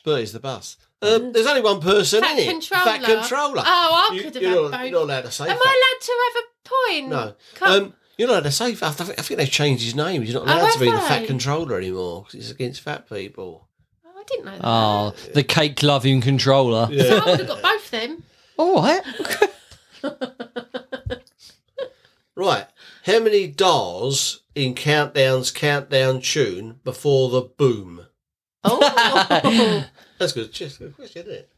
[SPEAKER 3] Bertie's the bus. Um, there's only one person
[SPEAKER 4] Mm-hmm. Fat
[SPEAKER 3] in it.
[SPEAKER 4] controller.
[SPEAKER 3] Fat controller.
[SPEAKER 4] Oh, I
[SPEAKER 3] You-
[SPEAKER 4] could have
[SPEAKER 3] you're, not,
[SPEAKER 4] had both.
[SPEAKER 3] you're not allowed to say
[SPEAKER 4] Am
[SPEAKER 3] fat.
[SPEAKER 4] I allowed to have a point?
[SPEAKER 3] No.
[SPEAKER 4] Can't-
[SPEAKER 3] Um, you're not allowed to say fat. I think, I think they've changed his name. He's not
[SPEAKER 4] Oh,
[SPEAKER 3] allowed to
[SPEAKER 4] have
[SPEAKER 3] be the fat
[SPEAKER 4] they?
[SPEAKER 3] controller anymore because it's against fat people.
[SPEAKER 4] oh, I didn't know that.
[SPEAKER 2] Oh, the cake loving controller.
[SPEAKER 4] So I would have got both them.
[SPEAKER 2] All right.
[SPEAKER 3] Right. How many DARs in Countdown's Countdown tune before the boom?
[SPEAKER 4] Oh.
[SPEAKER 3] That's good. Just a good question, isn't it?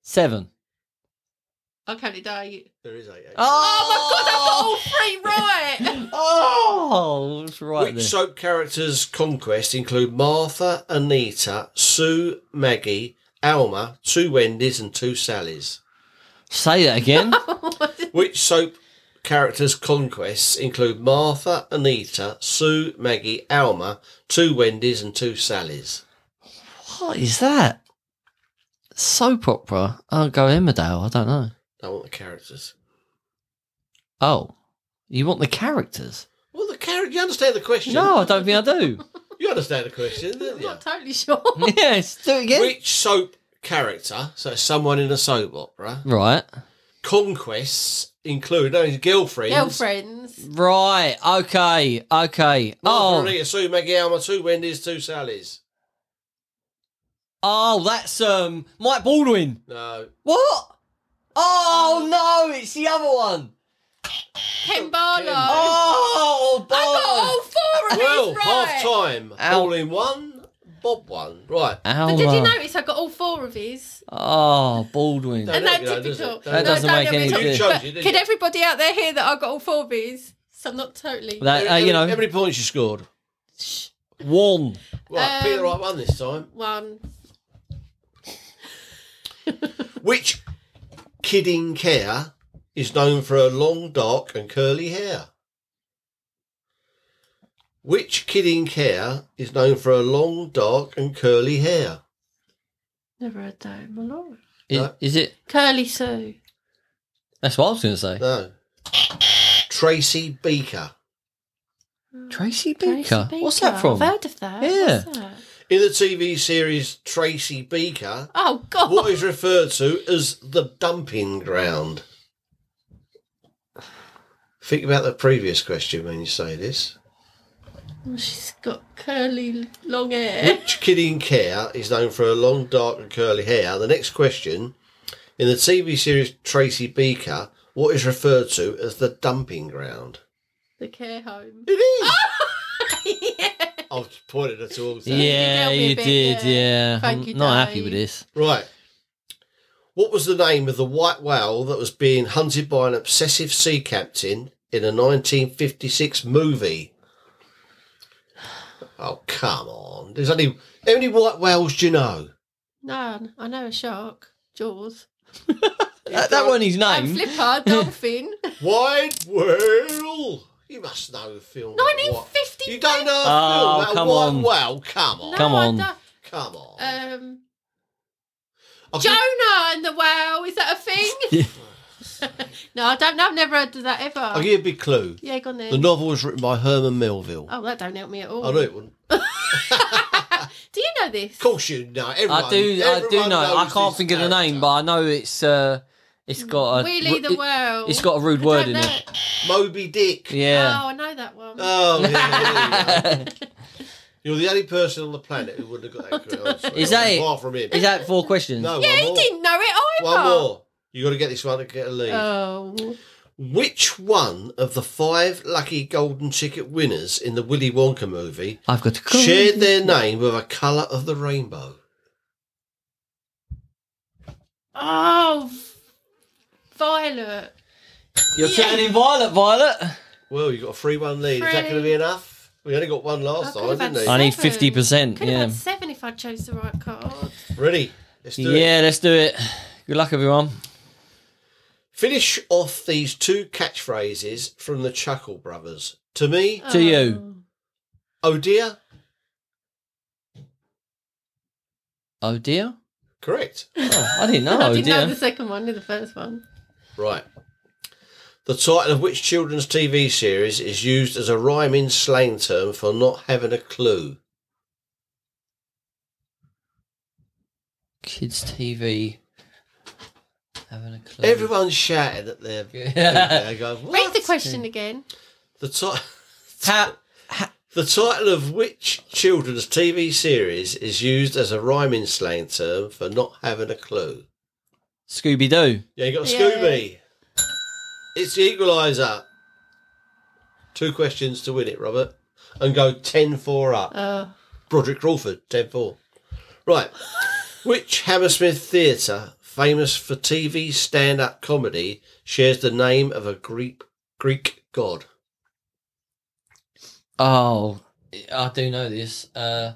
[SPEAKER 2] Seven.
[SPEAKER 4] I can't die.
[SPEAKER 3] There is eight. eight.
[SPEAKER 4] Oh my god, I got all three right.
[SPEAKER 2] Oh, it's right
[SPEAKER 3] Which
[SPEAKER 2] there.
[SPEAKER 3] soap characters' conquest include Martha, Anita, Sue, Maggie, Alma, two Wendy's, and two Sallies?
[SPEAKER 2] Say that again.
[SPEAKER 3] Which soap characters' conquests include Martha, Anita, Sue, Maggie, Alma, two Wendy's, and two Sallies?
[SPEAKER 2] what is that? Soap opera. I'll go Emmerdale. I don't know.
[SPEAKER 3] I want the characters.
[SPEAKER 2] Oh, you want the characters?
[SPEAKER 3] Well, the character. You understand the question?
[SPEAKER 2] No, I don't think I do.
[SPEAKER 3] You understand the question, don't
[SPEAKER 4] I'm
[SPEAKER 3] you?
[SPEAKER 4] not totally sure.
[SPEAKER 2] yes, do it again.
[SPEAKER 3] Which soap character, so someone in a soap opera,
[SPEAKER 2] Right.
[SPEAKER 3] conquests include no, his girlfriends.
[SPEAKER 4] Girlfriends.
[SPEAKER 2] Right. Okay. Okay.
[SPEAKER 3] Martha,
[SPEAKER 2] Oh.
[SPEAKER 3] Anita, Sue, Maggie, Alma, two Wendy's, two Sallies.
[SPEAKER 2] Oh, that's um Mike Baldwin.
[SPEAKER 3] No.
[SPEAKER 2] What? Oh no, it's the other one.
[SPEAKER 4] Ken Barlow.
[SPEAKER 2] Oh,
[SPEAKER 4] I got all four of
[SPEAKER 3] Well,
[SPEAKER 4] these right.
[SPEAKER 3] half time.
[SPEAKER 2] Ow.
[SPEAKER 3] All in one. Bob one. Right.
[SPEAKER 4] But did you notice I got all four of his?
[SPEAKER 2] Oh, Baldwin.
[SPEAKER 3] No,
[SPEAKER 4] And
[SPEAKER 3] don't
[SPEAKER 4] that's
[SPEAKER 3] you know, does it?
[SPEAKER 4] difficult.
[SPEAKER 3] Don't
[SPEAKER 2] That
[SPEAKER 3] you-
[SPEAKER 2] doesn't
[SPEAKER 4] don't
[SPEAKER 2] make
[SPEAKER 4] get me
[SPEAKER 2] any
[SPEAKER 4] talking,
[SPEAKER 2] sense.
[SPEAKER 3] You
[SPEAKER 4] but
[SPEAKER 3] chose it, didn't
[SPEAKER 4] Can
[SPEAKER 3] you?
[SPEAKER 4] everybody out there hear that I got all four of his? So I'm not totally.
[SPEAKER 2] That uh, you know,
[SPEAKER 3] How many points you scored?
[SPEAKER 2] one.
[SPEAKER 3] Right,
[SPEAKER 4] Um,
[SPEAKER 3] pick the right one this time.
[SPEAKER 4] One.
[SPEAKER 3] Which kidding care is known for her long, dark, and curly hair? Which kidding care is known for her long, dark, and curly hair?
[SPEAKER 4] Never heard that in my life.
[SPEAKER 2] Is,
[SPEAKER 3] No.
[SPEAKER 2] is it?
[SPEAKER 4] Curly Sue.
[SPEAKER 2] That's what I was going to say.
[SPEAKER 3] No. Tracy Beaker.
[SPEAKER 2] Tracy
[SPEAKER 4] Tracy
[SPEAKER 2] Beaker. What's that from?
[SPEAKER 4] I've heard of that.
[SPEAKER 2] Yeah.
[SPEAKER 4] What's that?
[SPEAKER 3] In the TV series Tracy Beaker,
[SPEAKER 4] Oh, God.
[SPEAKER 3] what is referred to as the dumping ground? Think about the previous question when you say this.
[SPEAKER 4] Oh, she's got curly, long hair.
[SPEAKER 3] Which kid in care is known for her long, dark, and curly hair? The next question in the TV series Tracy Beaker, what is referred to as the dumping ground?
[SPEAKER 4] the care home.
[SPEAKER 3] It is.
[SPEAKER 4] yeah.
[SPEAKER 3] I've pointed her towards that.
[SPEAKER 2] Yeah,
[SPEAKER 4] You
[SPEAKER 2] you
[SPEAKER 4] dealt me a
[SPEAKER 2] did.
[SPEAKER 4] bit, yeah.
[SPEAKER 2] Yeah,
[SPEAKER 4] Thank
[SPEAKER 2] I'm
[SPEAKER 4] you,
[SPEAKER 2] not
[SPEAKER 4] Dave.
[SPEAKER 2] happy with this.
[SPEAKER 3] Right. What was the name of the white whale that was being hunted by an obsessive sea captain in a 1956 movie? Oh, come on. There's only. How many white whales do you know?
[SPEAKER 4] None. I know a shark. Jaws.
[SPEAKER 2] That, that wasn't his
[SPEAKER 4] And
[SPEAKER 2] name.
[SPEAKER 4] Flipper, dolphin.
[SPEAKER 3] White whale! You must know a film. about what-
[SPEAKER 4] 1950.
[SPEAKER 3] You don't know a
[SPEAKER 2] Oh,
[SPEAKER 3] film about
[SPEAKER 2] come
[SPEAKER 3] a white
[SPEAKER 2] on.
[SPEAKER 3] whale? Come on.
[SPEAKER 2] Come
[SPEAKER 4] I
[SPEAKER 2] on.
[SPEAKER 4] don't-
[SPEAKER 3] Come on.
[SPEAKER 4] Um,
[SPEAKER 3] I'll give-
[SPEAKER 4] Jonah and the whale. Is that a thing? no, I don't know. I've never heard of that ever.
[SPEAKER 3] I'll give you a big clue.
[SPEAKER 4] yeah, go on
[SPEAKER 3] The
[SPEAKER 4] then.
[SPEAKER 3] novel was written by Herman Melville.
[SPEAKER 4] Oh, that don't help me at all.
[SPEAKER 3] I know it wouldn't.
[SPEAKER 4] Do you know this?
[SPEAKER 3] Of course you know. Everyone,
[SPEAKER 2] I do. I do
[SPEAKER 3] everyone
[SPEAKER 2] know. I
[SPEAKER 3] knows
[SPEAKER 2] can't
[SPEAKER 3] this
[SPEAKER 2] think of the name,
[SPEAKER 3] character.
[SPEAKER 2] but I know it's. uh It's got a.
[SPEAKER 4] Wheelie the
[SPEAKER 2] it-
[SPEAKER 4] whale.
[SPEAKER 2] It's got a rude
[SPEAKER 4] I
[SPEAKER 2] word
[SPEAKER 4] don't
[SPEAKER 2] in
[SPEAKER 4] know
[SPEAKER 2] it.
[SPEAKER 3] Moby Dick.
[SPEAKER 2] Yeah.
[SPEAKER 4] Oh, I know Oh. that one.
[SPEAKER 3] Oh, yeah. You're the only person on the planet who wouldn't have got that correct. honestly.
[SPEAKER 2] Is that it?
[SPEAKER 3] Apart from him.
[SPEAKER 2] Is that four questions?
[SPEAKER 3] No,
[SPEAKER 4] yeah,
[SPEAKER 3] one
[SPEAKER 4] he
[SPEAKER 3] more.
[SPEAKER 4] didn't know it either.
[SPEAKER 3] One more. you got to get this one to get a lead.
[SPEAKER 4] Oh,
[SPEAKER 3] Which one of the five lucky golden ticket winners in the Willy Wonka movie
[SPEAKER 2] I've got to.
[SPEAKER 3] shared their name with a colour of the rainbow?
[SPEAKER 4] oh, Violet.
[SPEAKER 2] You're turning violet, violet.
[SPEAKER 3] Well, you got a 3 1 lead. Is that
[SPEAKER 4] Three.
[SPEAKER 3] going to be enough? We only got one last
[SPEAKER 4] I could've
[SPEAKER 3] time,
[SPEAKER 4] had
[SPEAKER 3] didn't
[SPEAKER 2] I need
[SPEAKER 4] Seven.
[SPEAKER 2] fifty percent.
[SPEAKER 4] Could have
[SPEAKER 2] Yeah.
[SPEAKER 4] had seven if I chose the right card.
[SPEAKER 3] we? Ready? Let's do it.
[SPEAKER 2] Yeah. Let's do it. Good luck, everyone.
[SPEAKER 3] Finish off these two catchphrases from the Chuckle Brothers. To me,
[SPEAKER 2] To you.
[SPEAKER 3] oh dear.
[SPEAKER 2] Oh dear.
[SPEAKER 3] Correct.
[SPEAKER 2] Oh, I didn't know.
[SPEAKER 4] I
[SPEAKER 2] Oh
[SPEAKER 4] didn't know the
[SPEAKER 2] dear.
[SPEAKER 4] second one or the first one.
[SPEAKER 3] Right. The title of which children's TV series is used as a rhyming slang term for not having a clue?
[SPEAKER 2] Kids TV. Having a clue.
[SPEAKER 3] Everyone's shouting at their.
[SPEAKER 2] Yeah.
[SPEAKER 3] they go,
[SPEAKER 4] Read
[SPEAKER 3] what?
[SPEAKER 4] Mm. the question again.
[SPEAKER 3] The, ti-
[SPEAKER 2] Ha-
[SPEAKER 3] the title of which children's TV series is used as a rhyming slang term for not having a clue?
[SPEAKER 2] Scooby Doo.
[SPEAKER 3] Yeah, you got
[SPEAKER 4] Yeah.
[SPEAKER 3] Scooby. It's the equaliser. Two questions to win it, Robert. And go 10 4 up.
[SPEAKER 4] Oh,
[SPEAKER 3] Broderick Crawford, 10 4. Right. Which Hammersmith Theatre, famous for TV stand up comedy, shares the name of a Greek Greek god?
[SPEAKER 2] Oh, I do know this. Uh,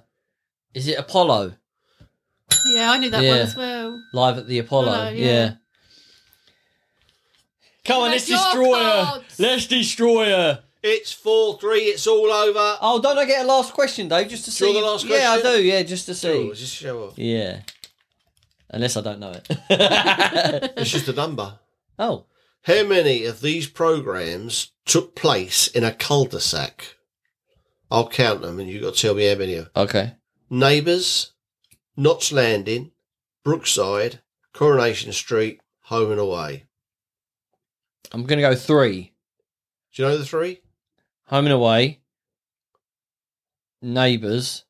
[SPEAKER 2] is it Apollo?
[SPEAKER 4] yeah, I knew that one
[SPEAKER 2] Yeah.
[SPEAKER 4] as well.
[SPEAKER 2] Live at the Apollo.
[SPEAKER 4] Apollo,
[SPEAKER 2] yeah.
[SPEAKER 4] yeah.
[SPEAKER 2] Come on,
[SPEAKER 4] Like
[SPEAKER 2] let's
[SPEAKER 4] your
[SPEAKER 2] destroy her.
[SPEAKER 4] cards.
[SPEAKER 2] Let's destroy her.
[SPEAKER 3] It's 4 3, it's all over.
[SPEAKER 2] Oh, don't I get a last question, Dave? Just to
[SPEAKER 3] you
[SPEAKER 2] see.
[SPEAKER 3] want the last
[SPEAKER 2] Yeah, I
[SPEAKER 3] question?
[SPEAKER 2] do. Yeah, just to
[SPEAKER 3] Oh,
[SPEAKER 2] see.
[SPEAKER 3] it's just show off.
[SPEAKER 2] Yeah. Unless I don't know it.
[SPEAKER 3] It's just a number.
[SPEAKER 2] oh,
[SPEAKER 3] How many of these programs took place in a cul de sac? I'll count them and you've got to tell me how many. are-
[SPEAKER 2] okay.
[SPEAKER 3] Neighbours, Knots Landing, Brookside, Coronation Street, Home and Away.
[SPEAKER 2] I'm gonna go three.
[SPEAKER 3] Do you know the three?
[SPEAKER 2] Home and away. Neighbours,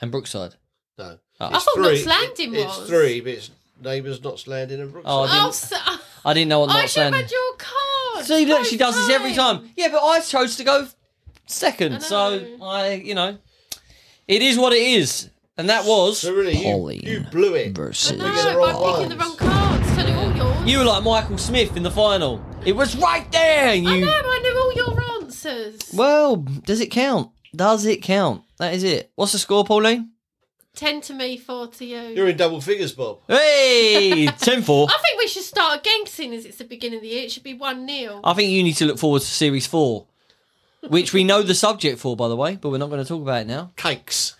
[SPEAKER 2] and Brookside.
[SPEAKER 3] No.
[SPEAKER 2] Oh.
[SPEAKER 4] I
[SPEAKER 3] It's
[SPEAKER 4] thought
[SPEAKER 3] three.
[SPEAKER 4] Knots Landing
[SPEAKER 3] It's
[SPEAKER 4] was.
[SPEAKER 3] three, but it's neighbours, Knots Landing, and Brookside.
[SPEAKER 2] Oh, I
[SPEAKER 4] Oh,
[SPEAKER 2] didn't-
[SPEAKER 4] so, I
[SPEAKER 2] I didn't know what North
[SPEAKER 4] should have
[SPEAKER 2] Landing.
[SPEAKER 4] had your card.
[SPEAKER 2] See, look,
[SPEAKER 4] Both
[SPEAKER 2] she does this every time.
[SPEAKER 4] times.
[SPEAKER 2] Yeah, but I chose to go
[SPEAKER 4] I
[SPEAKER 2] second, so
[SPEAKER 4] know.
[SPEAKER 2] I, you know, it is what it is, and that was
[SPEAKER 3] so really, you,
[SPEAKER 2] Pauline
[SPEAKER 3] you blew it.
[SPEAKER 4] I
[SPEAKER 2] versus.
[SPEAKER 4] know,
[SPEAKER 3] These are
[SPEAKER 4] but
[SPEAKER 3] all
[SPEAKER 4] I'm picking the wrong
[SPEAKER 3] ones.
[SPEAKER 4] cards. So they're all yours.
[SPEAKER 2] You were like Michael Smith in the final. It was right there. and
[SPEAKER 4] I know,
[SPEAKER 2] You.
[SPEAKER 4] but I knew all your answers.
[SPEAKER 2] Well, does it count? Does it count? That is it. What's the score, Pauline?
[SPEAKER 4] Ten to me, four to you.
[SPEAKER 3] You're in double figures, Bob.
[SPEAKER 2] Hey, 10-4.
[SPEAKER 4] I think we should start again, seeing as it's the beginning of the year. It should be one nil.
[SPEAKER 2] I think you need to look forward to series four, which we know the subject for, by the way, but we're not going to talk about it now.
[SPEAKER 3] Cakes.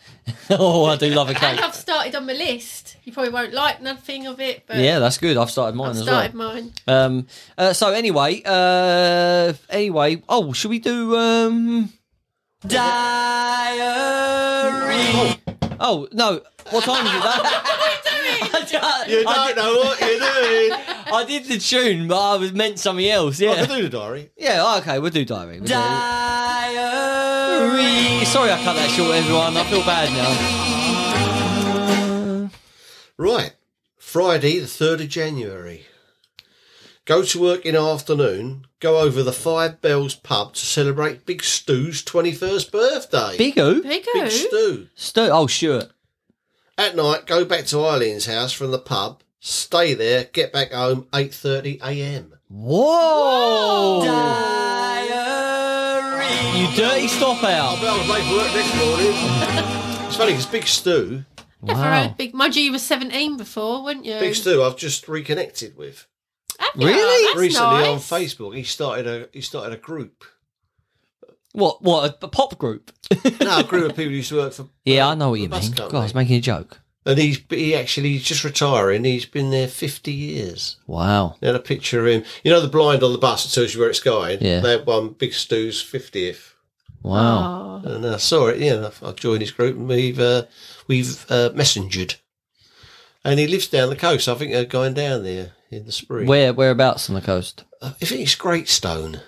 [SPEAKER 2] oh, I do love a cake.
[SPEAKER 4] And I've started on my list. You probably won't like nothing of it, but
[SPEAKER 2] Yeah, that's good. I've started mine
[SPEAKER 4] I've
[SPEAKER 2] as well.
[SPEAKER 4] started mine.
[SPEAKER 2] Um. Uh, so anyway. Uh. Anyway. Oh, should we do um? Diary. Oh no! What time is it? I,
[SPEAKER 3] You
[SPEAKER 2] did- I,
[SPEAKER 3] don't
[SPEAKER 2] did,
[SPEAKER 3] know what you're doing.
[SPEAKER 2] I did the tune, but I was meant something else.
[SPEAKER 3] I
[SPEAKER 2] Yeah.
[SPEAKER 3] can do the diary.
[SPEAKER 2] Yeah. oh, Okay. We'll do diary. We'll do- diary. Sorry, I cut that short, everyone. I feel bad now.
[SPEAKER 3] Right. Friday, the 3rd of January. Go to work in the afternoon. Go over the Five Bells pub to celebrate Big Stew's 21st birthday.
[SPEAKER 2] Big who?
[SPEAKER 4] Pico.
[SPEAKER 3] Big Stew.
[SPEAKER 2] Stu. Oh, sure.
[SPEAKER 3] At night, go back to Eileen's house from the pub. Stay there. Get back home 8.30 a.m.
[SPEAKER 2] Whoa. Diary. You dirty stop out.
[SPEAKER 3] I was late for work next morning. it's funny because Big Stew,
[SPEAKER 4] Never heard big. Mind you, you were seventeen before, weren't you?
[SPEAKER 3] Big Stew, I've just reconnected with
[SPEAKER 4] Have you?
[SPEAKER 2] Really?
[SPEAKER 4] That's
[SPEAKER 3] recently
[SPEAKER 4] nice.
[SPEAKER 3] on Facebook. He started a he started a group
[SPEAKER 2] What? What? A, a pop group?
[SPEAKER 3] No, a group of people who used to work for.
[SPEAKER 2] Yeah,
[SPEAKER 3] uh,
[SPEAKER 2] I know what
[SPEAKER 3] the
[SPEAKER 2] you
[SPEAKER 3] bus
[SPEAKER 2] mean. God, I
[SPEAKER 3] company.
[SPEAKER 2] was making a joke.
[SPEAKER 3] And he's but he actually he's just retiring. He's been there fifty years.
[SPEAKER 2] Wow.
[SPEAKER 3] They had a picture of him. You know the blind on the bus that tells you where it's going.
[SPEAKER 2] Yeah.
[SPEAKER 3] They had one Big Stu's fiftieth,
[SPEAKER 2] Wow.
[SPEAKER 4] Oh.
[SPEAKER 3] and I saw it. Yeah, and I, I joined his group, and we've uh, we've uh, messengered. And he lives down the coast. I think they're going down there in the spring.
[SPEAKER 2] Oh. Where? Whereabouts on the coast?
[SPEAKER 3] I think it's Greatstone,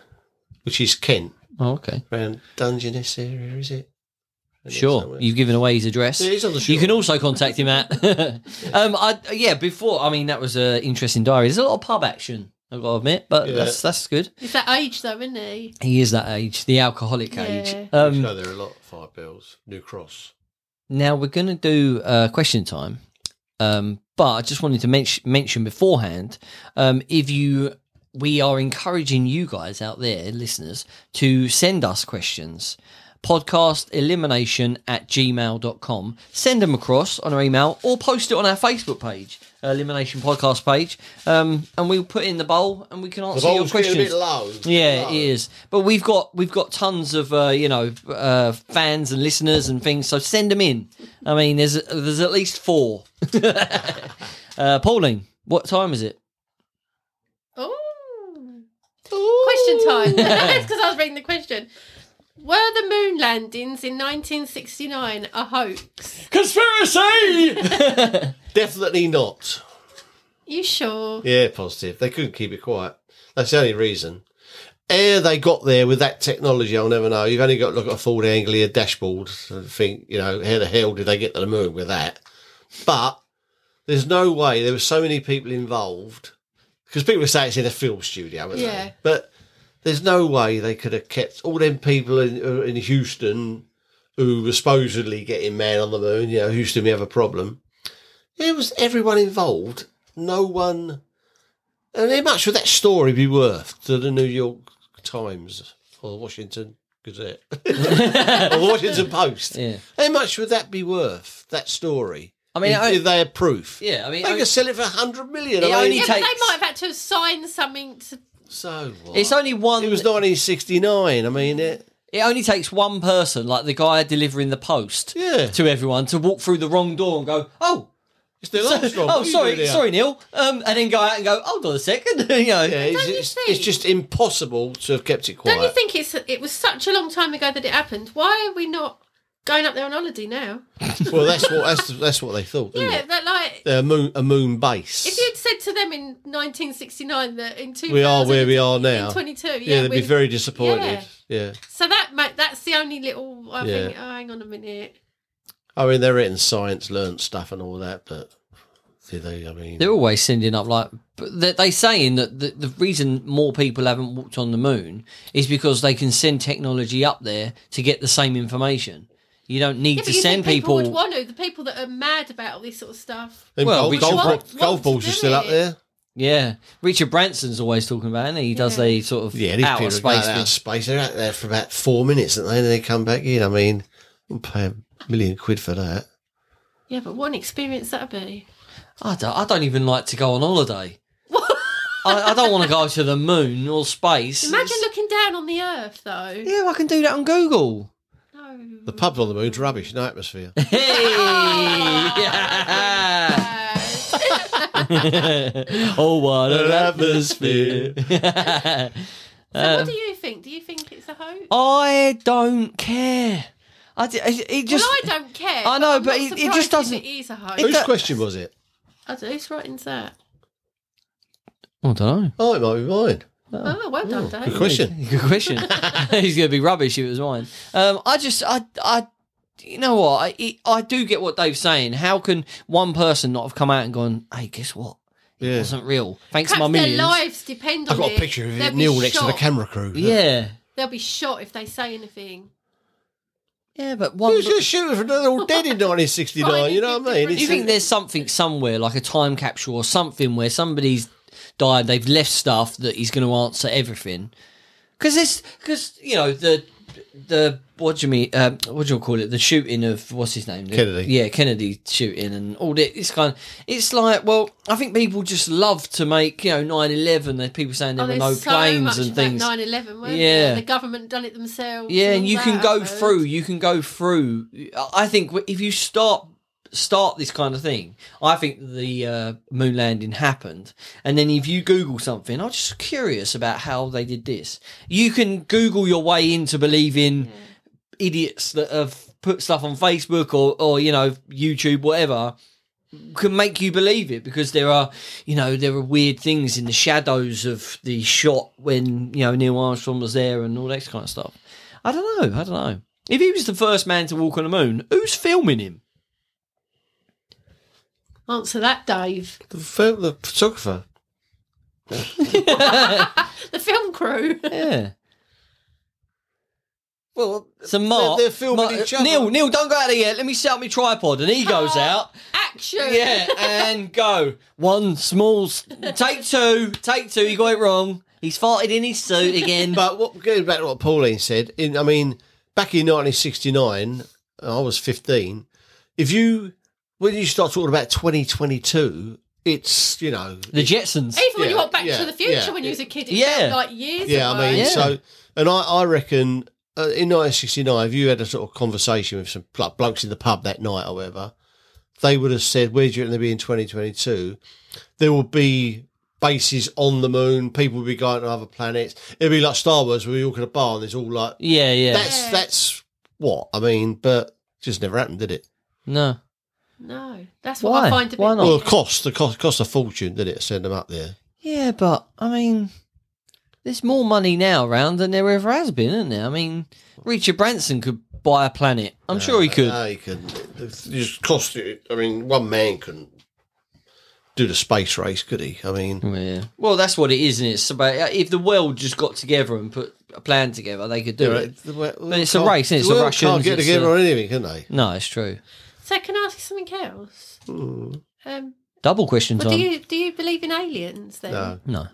[SPEAKER 3] which is Kent,
[SPEAKER 2] Oh, okay.
[SPEAKER 3] around Dungeness area, is it? I think
[SPEAKER 2] Sure.
[SPEAKER 3] somewhere.
[SPEAKER 2] You've given away his address.
[SPEAKER 3] Yeah, he's on the
[SPEAKER 2] You
[SPEAKER 3] shore.
[SPEAKER 2] can also contact him at. um, I yeah. Before I mean that was an interesting diary. There's a lot of pub action. I've got to admit, but
[SPEAKER 3] Yeah.
[SPEAKER 2] that's that's good.
[SPEAKER 4] He's that age though, isn't he?
[SPEAKER 2] He is that age, the alcoholic
[SPEAKER 4] Yeah.
[SPEAKER 2] age.
[SPEAKER 3] You
[SPEAKER 2] Um,
[SPEAKER 3] know there are a lot of five bells, New Cross.
[SPEAKER 2] now we're going to do uh, question time, um, but I just wanted to mention mention beforehand um, if you we are encouraging you guys out there, listeners, to send us questions. Podcast elimination at gmail.com. Send them across on our email or post it on our Facebook page, uh, Elimination Podcast page. Um, and we'll put it in the bowl and we can
[SPEAKER 3] The
[SPEAKER 2] answer your
[SPEAKER 3] bowl's getting
[SPEAKER 2] questions.
[SPEAKER 3] a bit low.
[SPEAKER 2] Yeah,
[SPEAKER 3] Low.
[SPEAKER 2] it is. But we've got we've got tons of uh, you know uh, fans and listeners and things. So send them in. I mean, there's there's at least four. uh, Pauline, what time is it?
[SPEAKER 4] Oh. Question time. That's because I was reading the question. Were the moon landings in 1969 a hoax?
[SPEAKER 2] Conspiracy.
[SPEAKER 3] Definitely not.
[SPEAKER 4] You sure?
[SPEAKER 3] Yeah, positive. They couldn't keep it quiet. That's the only reason. Ere they got there with that technology, I'll never know. You've only got to look at a Ford Anglia dashboard and think, you know, how the hell did they get to the moon with that? But there's no way there were so many people involved because people say it's in a film studio, aren't
[SPEAKER 4] Yeah.
[SPEAKER 3] they? But there's no way they could have kept all them people in, uh, in Houston who were supposedly getting man on the moon. You know, Houston, we have a problem. It was everyone involved. No one. And how much would that story be worth to the New York Times or the Washington Gazette or the Washington Post?
[SPEAKER 2] Yeah.
[SPEAKER 3] How much would that be worth? That story.
[SPEAKER 2] I mean,
[SPEAKER 3] if,
[SPEAKER 2] I-
[SPEAKER 3] if they had proof,
[SPEAKER 2] Yeah, I mean,
[SPEAKER 3] they
[SPEAKER 2] I-
[SPEAKER 3] could sell it for hundred million.
[SPEAKER 2] It
[SPEAKER 3] I mean,
[SPEAKER 2] only
[SPEAKER 4] yeah, but they
[SPEAKER 2] takes-
[SPEAKER 4] might have had to have signed something to.
[SPEAKER 3] so what?
[SPEAKER 2] it's only one.
[SPEAKER 3] it was 1969. I mean, it,
[SPEAKER 2] It only takes one person, like the guy delivering the post,
[SPEAKER 3] Yeah.
[SPEAKER 2] to everyone, to walk through the wrong door and go, "Oh,
[SPEAKER 3] it's still Armstrong.
[SPEAKER 2] oh,
[SPEAKER 3] What are you doing
[SPEAKER 2] sorry,
[SPEAKER 3] here?
[SPEAKER 2] sorry, Neil," um, and then go out and go, "Hold on a second. you know,
[SPEAKER 3] Yeah, it's,
[SPEAKER 4] Don't you
[SPEAKER 3] it's,
[SPEAKER 4] think-
[SPEAKER 3] it's just impossible to have kept it quiet.
[SPEAKER 4] Don't you think it's it was such a long time ago that it happened? Why are we not going up there on holiday now?
[SPEAKER 3] Well, that's what that's that's what they thought. Didn't
[SPEAKER 4] Yeah,
[SPEAKER 3] it?
[SPEAKER 4] that like
[SPEAKER 3] They're a moon a moon base.
[SPEAKER 4] if you'd said to them in 1969 that in 2000
[SPEAKER 3] we are where we are
[SPEAKER 4] in
[SPEAKER 3] now.
[SPEAKER 4] 22, yeah,
[SPEAKER 3] yeah, they'd be
[SPEAKER 4] we'd-
[SPEAKER 3] very disappointed.
[SPEAKER 4] Yeah.
[SPEAKER 3] Yeah.
[SPEAKER 4] So that ma- that's the only little I
[SPEAKER 3] Yeah.
[SPEAKER 4] think. Oh, hang on a minute.
[SPEAKER 3] I mean, they're in science, learned stuff, and all that, but did they? I mean,
[SPEAKER 2] They're always sending up like but they they saying that the, the reason more people haven't walked on the moon is because they can send technology up there to get the same information. You don't need
[SPEAKER 4] Yeah,
[SPEAKER 2] to
[SPEAKER 4] but you
[SPEAKER 2] send
[SPEAKER 4] think people,
[SPEAKER 2] people.
[SPEAKER 4] would want to. The people that are mad about all this sort of stuff.
[SPEAKER 3] them
[SPEAKER 2] well,
[SPEAKER 3] golf,
[SPEAKER 2] we-
[SPEAKER 3] golf,
[SPEAKER 2] What-
[SPEAKER 3] golf,
[SPEAKER 4] what to
[SPEAKER 3] balls are
[SPEAKER 4] do
[SPEAKER 3] still up
[SPEAKER 4] it?
[SPEAKER 3] there.
[SPEAKER 2] yeah, Richard Branson's always talking about, and he He does
[SPEAKER 4] Yeah.
[SPEAKER 2] the sort of
[SPEAKER 3] Yeah,
[SPEAKER 2] yeah,
[SPEAKER 3] these
[SPEAKER 2] outer
[SPEAKER 3] people are
[SPEAKER 2] space
[SPEAKER 3] going out
[SPEAKER 2] thing.
[SPEAKER 3] of space. They're out there for about four minutes, and then they come back in. I mean, I'll pay a million quid for that.
[SPEAKER 4] Yeah, but what an experience that'd be.
[SPEAKER 2] I don't, I don't even like to go on holiday. I, I don't want to go to the moon or space.
[SPEAKER 4] Imagine looking down on the earth, though.
[SPEAKER 2] yeah, I can do that on Google.
[SPEAKER 4] No.
[SPEAKER 3] The pubs on the moon's rubbish, no atmosphere.
[SPEAKER 2] Hey!
[SPEAKER 4] Uh,
[SPEAKER 2] oh, what an
[SPEAKER 3] atmosphere.
[SPEAKER 2] atmosphere. Um,
[SPEAKER 4] so what do you think? Do you think it's a hoax?
[SPEAKER 2] I don't care. I d- it it just.
[SPEAKER 4] well, I don't care.
[SPEAKER 2] I know,
[SPEAKER 4] I'm
[SPEAKER 2] but
[SPEAKER 4] not
[SPEAKER 2] it- it just
[SPEAKER 4] surprised
[SPEAKER 2] doesn't-
[SPEAKER 4] if It is a hoax.
[SPEAKER 3] Whose
[SPEAKER 2] don't-
[SPEAKER 3] question was it?
[SPEAKER 4] I don't, who's writing's that?
[SPEAKER 2] don't know.
[SPEAKER 3] Oh, it might be mine.
[SPEAKER 4] Oh, well done,
[SPEAKER 3] Good
[SPEAKER 4] Dave.
[SPEAKER 3] question.
[SPEAKER 2] Good question. He's going to be rubbish if it was mine. Um, I just, I, I, you know what? I, it, I do get what Dave's saying. How can one person not have come out and gone, "Hey, guess what? It
[SPEAKER 3] Yeah.
[SPEAKER 2] wasn't real. Thanks to
[SPEAKER 4] Perhaps
[SPEAKER 2] my
[SPEAKER 4] their
[SPEAKER 2] millions.
[SPEAKER 4] lives depend on
[SPEAKER 3] I've got
[SPEAKER 4] it.
[SPEAKER 3] a picture of
[SPEAKER 4] They'll
[SPEAKER 3] it,
[SPEAKER 4] be
[SPEAKER 3] Neil next to the
[SPEAKER 4] shot.
[SPEAKER 3] camera crew.
[SPEAKER 2] Yeah,
[SPEAKER 4] They'll be shot if they say anything.
[SPEAKER 2] yeah, but
[SPEAKER 3] He
[SPEAKER 2] one.
[SPEAKER 3] was just shooting for they're all dead in 1969. You know what I mean?
[SPEAKER 4] Do
[SPEAKER 2] Do you think there's something somewhere, like a time capsule or something, where somebody's died, they've left stuff that he's going to answer everything? Because this, because you know the the what do you mean? Uh, what do you call it? The shooting of what's his name? The-
[SPEAKER 3] Kennedy.
[SPEAKER 2] Yeah, Kennedy shooting and all that. It's kind. Of, it's like well, I think people just love to make you know nine eleven. There's people saying there
[SPEAKER 4] Oh,
[SPEAKER 2] were
[SPEAKER 4] there's
[SPEAKER 2] no
[SPEAKER 4] so
[SPEAKER 2] planes
[SPEAKER 4] much
[SPEAKER 2] and
[SPEAKER 4] about
[SPEAKER 2] things.
[SPEAKER 4] 9/11, weren't
[SPEAKER 2] Yeah.
[SPEAKER 4] there? the government done it themselves.
[SPEAKER 2] Yeah, and
[SPEAKER 4] all
[SPEAKER 2] you can
[SPEAKER 4] that, Oh,
[SPEAKER 2] go
[SPEAKER 4] I suppose.
[SPEAKER 2] through. You can go through. I think w- if you start start this kind of thing, I think the uh, moon landing happened. And then if you Google something, I'm just curious about how they did this. You can Google your way into believing idiots that have put stuff on Facebook or or you know YouTube, whatever. Can make you believe it because there are, you know, there are weird things in the shadows of the shot when you know Neil Armstrong was there and all that kind of stuff. I don't know. I don't know. If he was the first man to walk on the moon, who's filming him?
[SPEAKER 4] Answer that, Dave.
[SPEAKER 3] The, film, the photographer.
[SPEAKER 4] The film crew.
[SPEAKER 2] Yeah.
[SPEAKER 3] Well,
[SPEAKER 2] So Mark,
[SPEAKER 3] they're filming
[SPEAKER 2] Mark-
[SPEAKER 3] each other.
[SPEAKER 2] Neil, Neil, don't go out of here. Let me set up my tripod, and he goes out.
[SPEAKER 4] Action.
[SPEAKER 2] Yeah, and go one small s- take two, take two. He got it wrong. He's farted in his suit again.
[SPEAKER 3] But what, going back to what Pauline said, in I mean, back in 1969, I was 15. If you, when you start talking about 2022, it's you know,
[SPEAKER 2] the Jetsons.
[SPEAKER 4] Even when you
[SPEAKER 3] Yeah,
[SPEAKER 4] went Back
[SPEAKER 3] yeah,
[SPEAKER 4] to the Future
[SPEAKER 3] yeah.
[SPEAKER 4] when you was a kid, it
[SPEAKER 2] Yeah.
[SPEAKER 4] felt like years
[SPEAKER 3] yeah,
[SPEAKER 4] ago.
[SPEAKER 3] I mean,
[SPEAKER 2] Yeah.
[SPEAKER 3] so, and I, I reckon uh, in 1969, if you had a sort of conversation with some like, blokes in the pub that night or whatever, they would have said, "Where do you reckon they'll be in 2022?" There will be bases on the moon. People will be going to other planets. It'll be like Star Wars, where you walk in a bar and there's all like
[SPEAKER 2] Yeah, yeah.
[SPEAKER 3] That's
[SPEAKER 4] Yeah.
[SPEAKER 3] that's what I mean, but just never happened, did it?
[SPEAKER 2] no.
[SPEAKER 4] No, that's what
[SPEAKER 2] Why?
[SPEAKER 4] I find a bit.
[SPEAKER 2] Why not?
[SPEAKER 3] Well, it cost the cost cost a fortune, did it? to Send them up there.
[SPEAKER 2] Yeah, but I mean, there's more money now around than there ever has been, isn't there? I mean, Richard Branson could buy a planet. I'm sure he could.
[SPEAKER 3] No, you couldn't. It just cost you. I mean, one man couldn't do the space race, could he? I mean,
[SPEAKER 2] yeah. Well, that's what it is, isn't it? It's about if the world just got together and put a plan together, they could do it.
[SPEAKER 3] but
[SPEAKER 2] it's a race, isn't it? It's the
[SPEAKER 3] Can't
[SPEAKER 2] Russians,
[SPEAKER 3] get
[SPEAKER 2] it's
[SPEAKER 3] together
[SPEAKER 2] the-
[SPEAKER 3] on anything, can they?
[SPEAKER 2] No, it's true.
[SPEAKER 4] So can I ask you something else? Um,
[SPEAKER 2] Double question
[SPEAKER 4] well,
[SPEAKER 2] time.
[SPEAKER 4] do you do you believe in aliens then?
[SPEAKER 3] No.
[SPEAKER 2] No.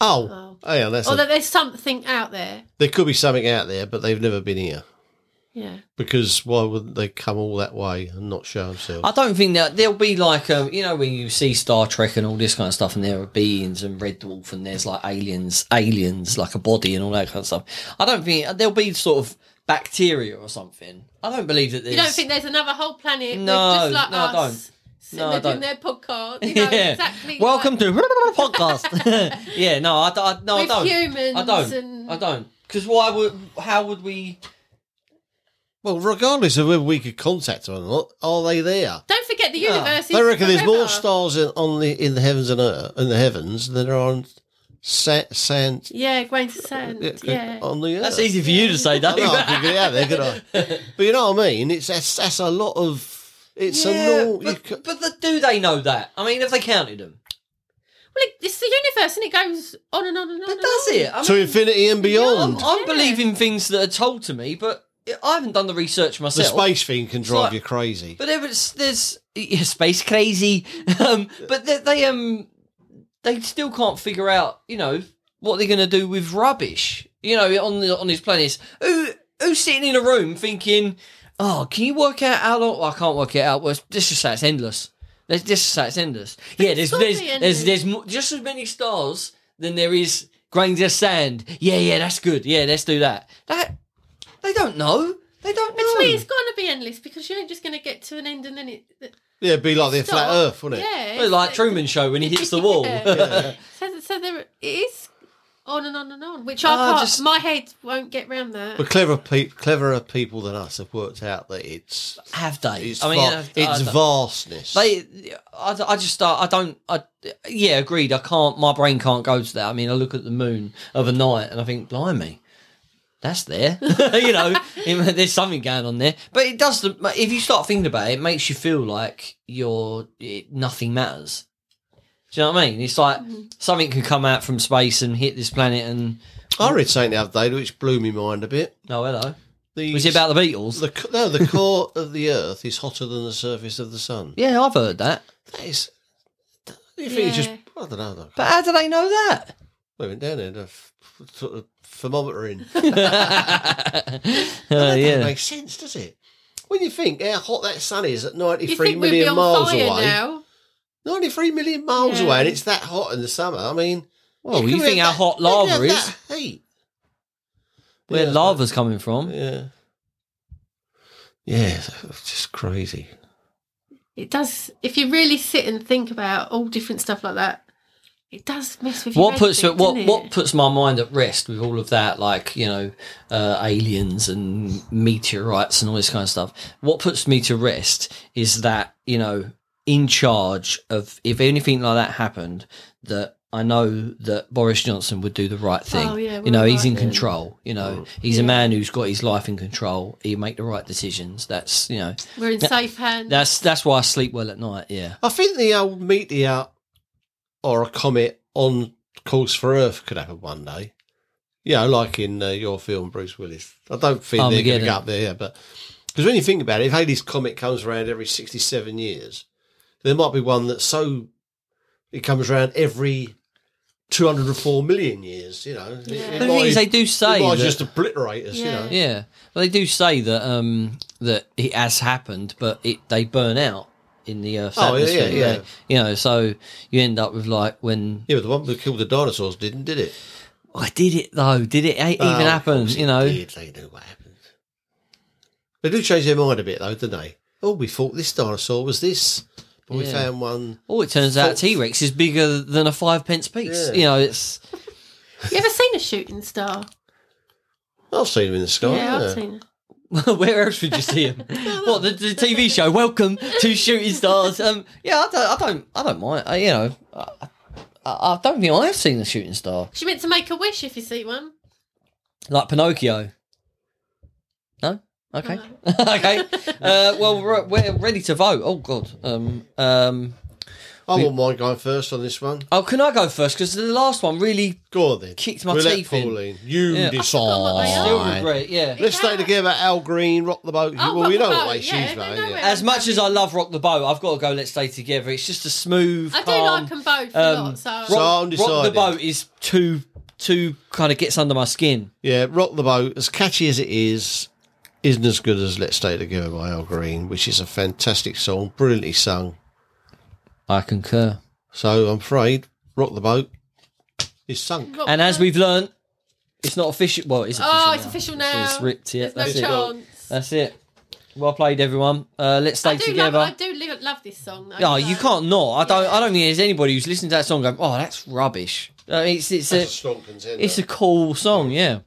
[SPEAKER 3] Oh, yeah, that's
[SPEAKER 4] Or
[SPEAKER 3] a-
[SPEAKER 4] that there's something out there?
[SPEAKER 3] there could be something out there, but they've never been here.
[SPEAKER 4] Yeah.
[SPEAKER 3] Because why wouldn't they come all that way and not show themselves?
[SPEAKER 2] I don't think that there'll be like um, you know when you see Star Trek and all this kind of stuff, and there are beings and Red Dwarf, and there's like aliens, aliens like a body and all that kind of stuff. I don't think uh, there'll be sort of bacteria or something. I don't believe that. There's...
[SPEAKER 4] You don't think there's another whole planet
[SPEAKER 2] No,
[SPEAKER 4] with just like
[SPEAKER 2] no, I
[SPEAKER 4] us sitting
[SPEAKER 2] No, I
[SPEAKER 4] there doing
[SPEAKER 2] don't.
[SPEAKER 4] their podcast? You know, exactly.
[SPEAKER 2] Welcome
[SPEAKER 4] like,
[SPEAKER 2] to podcast. yeah, no, I, d- I- no, I
[SPEAKER 4] with
[SPEAKER 2] don't.
[SPEAKER 4] humans
[SPEAKER 2] I don't.
[SPEAKER 4] and
[SPEAKER 2] I don't. Because why would? How would we?
[SPEAKER 3] well, regardless of whether we could contact them or not, are they there?
[SPEAKER 4] Don't forget the universe.
[SPEAKER 3] I
[SPEAKER 4] is
[SPEAKER 3] reckon there's more
[SPEAKER 4] forever.
[SPEAKER 3] stars in, on the in the heavens and earth in the heavens than there are on sand, sand
[SPEAKER 4] Yeah, going to sand. Yeah.
[SPEAKER 2] Oh.
[SPEAKER 3] on the earth.
[SPEAKER 2] That's easy for you to say,
[SPEAKER 3] I know, I
[SPEAKER 2] Dave.
[SPEAKER 3] could get out there, could I? But you know what I mean. It's that's, that's a lot of. It's a
[SPEAKER 2] yeah,
[SPEAKER 3] normal. you
[SPEAKER 2] but,
[SPEAKER 3] ca-
[SPEAKER 2] but the, do they know that? I mean, have they counted them?
[SPEAKER 4] Well, it- it's the universe, and it goes on and on and on.
[SPEAKER 2] But
[SPEAKER 4] and
[SPEAKER 2] does
[SPEAKER 4] on.
[SPEAKER 2] it? I
[SPEAKER 3] to
[SPEAKER 2] mean,
[SPEAKER 3] infinity and
[SPEAKER 2] I'm,
[SPEAKER 3] beyond.
[SPEAKER 2] I'm
[SPEAKER 4] Yeah.
[SPEAKER 2] believing things that are told to me, but I haven't done the research
[SPEAKER 3] the
[SPEAKER 2] myself.
[SPEAKER 3] space thing can drive
[SPEAKER 2] like-
[SPEAKER 3] you crazy.
[SPEAKER 2] But there was, there's yeah, space crazy. Um, but they, they um they still can't figure out, you know, what they're going to do with rubbish. You know, on the, on these planets, who who's sitting in a room thinking, oh, can you work out how long? Well, I can't work it out. Well, let's just say it's endless. Let's just say it's endless. yeah, there's
[SPEAKER 4] it's gotta
[SPEAKER 2] there's,
[SPEAKER 4] be
[SPEAKER 2] there's
[SPEAKER 4] endless.
[SPEAKER 2] there's mo- just as many stars than there is grains of sand. Yeah, yeah, that's good. Yeah, let's do that. That they don't know. They don't know.
[SPEAKER 4] But to me, it's got to be endless because you're just going to get to an end and then it.
[SPEAKER 3] Yeah, it'd be like the flat
[SPEAKER 4] stop.
[SPEAKER 3] Earth, wouldn't it?
[SPEAKER 4] Yeah.
[SPEAKER 2] Well,
[SPEAKER 4] it's
[SPEAKER 2] like Truman Show when he hits the wall.
[SPEAKER 4] Yeah. so, so there it is on and on and on, which I
[SPEAKER 2] Oh,
[SPEAKER 4] can't.
[SPEAKER 2] just-
[SPEAKER 4] My head won't get round that.
[SPEAKER 3] But clever, pe- cleverer people than us have worked out that it's
[SPEAKER 2] Have they?
[SPEAKER 3] it's
[SPEAKER 2] I mean,
[SPEAKER 3] va-
[SPEAKER 2] I-
[SPEAKER 3] it's
[SPEAKER 2] I, don't-
[SPEAKER 3] vastness.
[SPEAKER 2] they. I, I just uh, I don't. I yeah, agreed. I can't. My brain can't go to that. I mean, I look at the moon of a night and I think, blimey, that's there. you know, it- there's something going on there. But it does. The, if you start thinking about it, it makes you feel like you're it, nothing matters. Do you know what I mean? It's like
[SPEAKER 4] Mm-hmm.
[SPEAKER 2] something could come out from space and hit this planet and
[SPEAKER 3] I read something the other day which blew my mind a bit.
[SPEAKER 2] oh hello.
[SPEAKER 3] The
[SPEAKER 2] Was it about the Beatles?
[SPEAKER 3] The c- no, the core of the Earth is hotter than the surface of the sun.
[SPEAKER 2] yeah, I've heard that.
[SPEAKER 3] That is, you think it's just
[SPEAKER 4] Yeah.
[SPEAKER 3] I don't know.
[SPEAKER 2] But how do they know that?
[SPEAKER 3] We went down there and I've sort of thermometer in.
[SPEAKER 2] Uh,
[SPEAKER 3] That doesn't
[SPEAKER 2] yeah.
[SPEAKER 3] make sense, does it? When you think how hot that sun is at
[SPEAKER 4] You
[SPEAKER 3] 93
[SPEAKER 4] think we'd be
[SPEAKER 3] million
[SPEAKER 4] on
[SPEAKER 3] miles
[SPEAKER 4] fire
[SPEAKER 3] away,
[SPEAKER 4] now?
[SPEAKER 3] 93 million miles
[SPEAKER 4] Yeah.
[SPEAKER 3] away, and it's that hot in the summer. I mean,
[SPEAKER 2] Well, you
[SPEAKER 3] couldn't
[SPEAKER 2] think
[SPEAKER 3] have
[SPEAKER 2] how hot
[SPEAKER 3] that- couldn't
[SPEAKER 2] lava
[SPEAKER 3] have
[SPEAKER 2] is?
[SPEAKER 3] that heat.
[SPEAKER 2] Where
[SPEAKER 3] Yeah,
[SPEAKER 2] lava's coming from?
[SPEAKER 3] Yeah. Yeah, so it's just crazy.
[SPEAKER 4] It does. If you really sit and think about all different stuff like that, it does mess with
[SPEAKER 2] What
[SPEAKER 4] your
[SPEAKER 2] puts
[SPEAKER 4] head a bit,
[SPEAKER 2] what
[SPEAKER 4] doesn't
[SPEAKER 2] what
[SPEAKER 4] it?
[SPEAKER 2] puts my mind at rest with all of that, like you know, uh, aliens and meteorites and all this kind of stuff. What puts me to rest is that you know, in charge of if anything like that happened, that I know that Boris Johnson would do the right thing.
[SPEAKER 4] Oh, yeah,
[SPEAKER 2] you know,
[SPEAKER 4] we're
[SPEAKER 2] he's in
[SPEAKER 4] right.
[SPEAKER 2] control. You know, he's a man who's got his life in control. He make the right decisions. That's you know,
[SPEAKER 4] We're in safe hands.
[SPEAKER 2] that's that's why I sleep well at night. Yeah.
[SPEAKER 3] I think the old meteor or a comet on course for Earth could happen one day. You know, like in uh, your film, Bruce Willis. I don't think they're going
[SPEAKER 2] Armageddon.
[SPEAKER 3] to get up there, yeah, but because when you think about it, if Halley's comet comes around every sixty-seven years, there might be one that's so it comes around every two hundred and four million years. You know, It-
[SPEAKER 4] Yeah.
[SPEAKER 3] it
[SPEAKER 4] But
[SPEAKER 2] the thing
[SPEAKER 3] might-
[SPEAKER 2] is, they do say
[SPEAKER 3] it might
[SPEAKER 2] that-
[SPEAKER 3] just obliterate us.
[SPEAKER 4] Yeah.
[SPEAKER 3] You know,
[SPEAKER 2] Yeah, well, they do say that um, that it has happened, but it they burn out in the Earth's
[SPEAKER 3] Oh, yeah,
[SPEAKER 2] atmosphere.
[SPEAKER 3] yeah, yeah.
[SPEAKER 2] They- you know, so you end up with like when
[SPEAKER 3] yeah, but the one that killed the dinosaurs didn't, did it?
[SPEAKER 2] oh, did it though? Did it a- even
[SPEAKER 3] Oh, of
[SPEAKER 2] happen?
[SPEAKER 3] course
[SPEAKER 2] You
[SPEAKER 3] it
[SPEAKER 2] know,
[SPEAKER 3] did. They know what happened. They do change their mind a bit, though, don't they? Oh, we thought this dinosaur was this, but we
[SPEAKER 2] Yeah.
[SPEAKER 3] found one.
[SPEAKER 2] oh, it turns out
[SPEAKER 3] Thought-
[SPEAKER 2] T Rex is bigger than a five pence piece.
[SPEAKER 3] Yeah.
[SPEAKER 2] You know, it's
[SPEAKER 4] you ever seen a shooting star?
[SPEAKER 3] I've seen him in the sky.
[SPEAKER 4] yeah, I've
[SPEAKER 3] haven't I?
[SPEAKER 4] seen. it.
[SPEAKER 2] where else would you see him? what the, the TV show? Welcome to Shooting Stars. Um, yeah, I don't, I don't, I don't mind. I, you know, I, I I don't think I have seen the Shooting Star
[SPEAKER 4] She meant to make a wish if you see one.
[SPEAKER 2] like Pinocchio. No. Okay. okay. Uh, well, we're, we're ready to vote. Oh God. Um. Um.
[SPEAKER 3] I want my guy first on this one.
[SPEAKER 2] Oh, can I go first? Because the last one really
[SPEAKER 3] Go on then.
[SPEAKER 2] Kicked my
[SPEAKER 3] We'll let
[SPEAKER 2] teeth in.
[SPEAKER 3] Pauline. You
[SPEAKER 2] Yeah. I
[SPEAKER 4] forgot what they
[SPEAKER 3] decide.
[SPEAKER 4] are.
[SPEAKER 2] still regret. Yeah.
[SPEAKER 3] Let's stay together. Al Green, rock the boat.
[SPEAKER 4] Oh,
[SPEAKER 3] well, we
[SPEAKER 4] Rock the
[SPEAKER 3] know what
[SPEAKER 4] Boat,
[SPEAKER 3] way
[SPEAKER 4] yeah,
[SPEAKER 3] she's
[SPEAKER 4] they
[SPEAKER 3] going.
[SPEAKER 4] know
[SPEAKER 3] yeah.
[SPEAKER 4] where-
[SPEAKER 2] As much as I love Rock the Boat, I've got to go. Let's stay together. It's just a smooth.
[SPEAKER 4] I do
[SPEAKER 2] calm,
[SPEAKER 4] like them both a
[SPEAKER 2] um,
[SPEAKER 4] lot. So,
[SPEAKER 3] so-
[SPEAKER 2] Rock,
[SPEAKER 3] I'm
[SPEAKER 2] Rock the
[SPEAKER 3] decided.
[SPEAKER 2] Boat is too too kind of gets under my skin.
[SPEAKER 3] Yeah, rock the boat. As catchy as it is, isn't as good as "Let's Stay Together" by Al Green, which is a fantastic song, brilliantly sung.
[SPEAKER 2] I concur.
[SPEAKER 3] So I'm afraid Rock the Boat is sunk.
[SPEAKER 4] Rock
[SPEAKER 2] And as
[SPEAKER 4] the-
[SPEAKER 2] we've learned, it's not official. Well, it's official.
[SPEAKER 4] oh,
[SPEAKER 2] now.
[SPEAKER 4] it's official now.
[SPEAKER 2] It's ripped. Yeah.
[SPEAKER 4] There's
[SPEAKER 2] That's
[SPEAKER 4] no
[SPEAKER 2] it. Uh,
[SPEAKER 4] chance.
[SPEAKER 2] That's it. Well played, everyone. Uh, let's stay
[SPEAKER 4] I do
[SPEAKER 2] together.
[SPEAKER 4] love. I do li- love this song. Though,
[SPEAKER 2] Oh, you
[SPEAKER 4] so-
[SPEAKER 2] can't not. I don't. I don't think there's anybody who's listening to that song going, "Oh, that's rubbish." Uh, it's it's a
[SPEAKER 3] strong contender.
[SPEAKER 2] it's a cool song, yeah.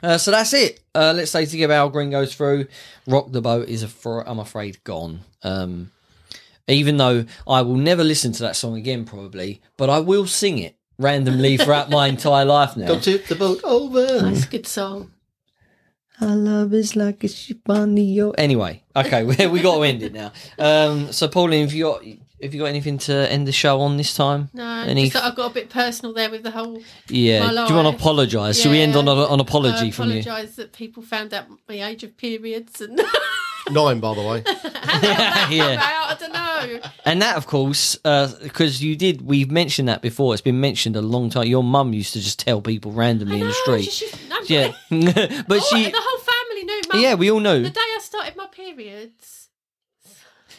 [SPEAKER 2] Uh, so that's it. Uh, let's say to give Al Green goes through. Rock the boat is a fr- I'm afraid gone. Um, even though I will never listen to that song again, probably, but I will sing it randomly throughout my entire life now.
[SPEAKER 3] Don't tip the boat over.
[SPEAKER 4] It's a good song.
[SPEAKER 2] Our love is like a ship on the o- Anyway, okay, we we got to end it now. Um, so Pauline, have you got have you got anything to end the show on this time?
[SPEAKER 4] No,
[SPEAKER 2] Any-
[SPEAKER 4] just that I got a bit personal there with the whole.
[SPEAKER 2] Yeah.
[SPEAKER 4] my
[SPEAKER 2] Do you want to
[SPEAKER 4] life.
[SPEAKER 2] apologise? Should we end on a,
[SPEAKER 4] Yeah. Uh,
[SPEAKER 2] an apology
[SPEAKER 4] I
[SPEAKER 2] from you?
[SPEAKER 4] apologise that people found out my age of periods and
[SPEAKER 3] Nine, by the way.
[SPEAKER 2] yeah.
[SPEAKER 4] I don't know.
[SPEAKER 2] And that, of course, because you did. We've mentioned that before. It's been mentioned a long time. Your mum used to just tell people randomly in the
[SPEAKER 4] No,
[SPEAKER 2] street.
[SPEAKER 4] she- she- no,
[SPEAKER 2] yeah, but
[SPEAKER 4] all-
[SPEAKER 2] she.
[SPEAKER 4] Oh, the whole family knew. Mum.
[SPEAKER 2] Yeah, we all
[SPEAKER 4] The
[SPEAKER 2] know.
[SPEAKER 4] day I started my periods.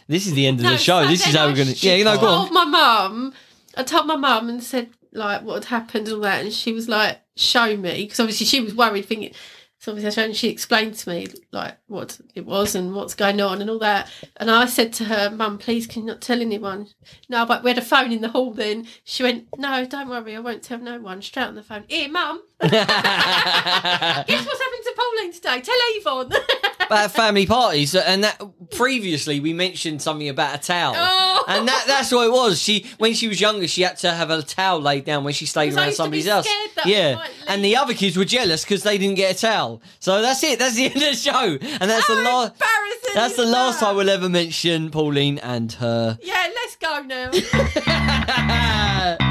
[SPEAKER 2] This is the end of
[SPEAKER 4] No,
[SPEAKER 2] the show.
[SPEAKER 4] so
[SPEAKER 2] This is
[SPEAKER 4] then
[SPEAKER 2] how
[SPEAKER 4] I
[SPEAKER 2] we're gonna.
[SPEAKER 4] sh-
[SPEAKER 2] Yeah, you know, go
[SPEAKER 4] told
[SPEAKER 2] on.
[SPEAKER 4] my mum. I told my mum and said like what had happened and all that, and she was like, "Show me," because obviously she was worried, thinking. So obviously, I showed, and she explained to me like what it was and what's going on and all that. And I said to her, "Mum, please can you not tell anyone?" No, but we had a phone in the hall. Then she went, "No, don't worry, I won't tell no one." Straight on the phone, here, Mum. Guess what's happened to Pauline today? Tell Avon.
[SPEAKER 2] About family parties, uh, and that previously we mentioned something about a towel,
[SPEAKER 4] Oh.
[SPEAKER 2] and that that's what it was. She when she was younger, she had to have a towel laid down when she stayed
[SPEAKER 4] 'Cause I
[SPEAKER 2] around
[SPEAKER 4] used to be
[SPEAKER 2] somebody's house.
[SPEAKER 4] scared that I
[SPEAKER 2] Yeah,
[SPEAKER 4] might
[SPEAKER 2] and
[SPEAKER 4] leave.
[SPEAKER 2] the other kids were jealous because they didn't get a towel. So that's it. That's the end of the show, and that's the
[SPEAKER 4] How
[SPEAKER 2] last.
[SPEAKER 4] embarrassing
[SPEAKER 2] That's
[SPEAKER 4] is
[SPEAKER 2] the last
[SPEAKER 4] that?
[SPEAKER 2] I will ever mention Pauline and her.
[SPEAKER 4] Yeah, let's go now.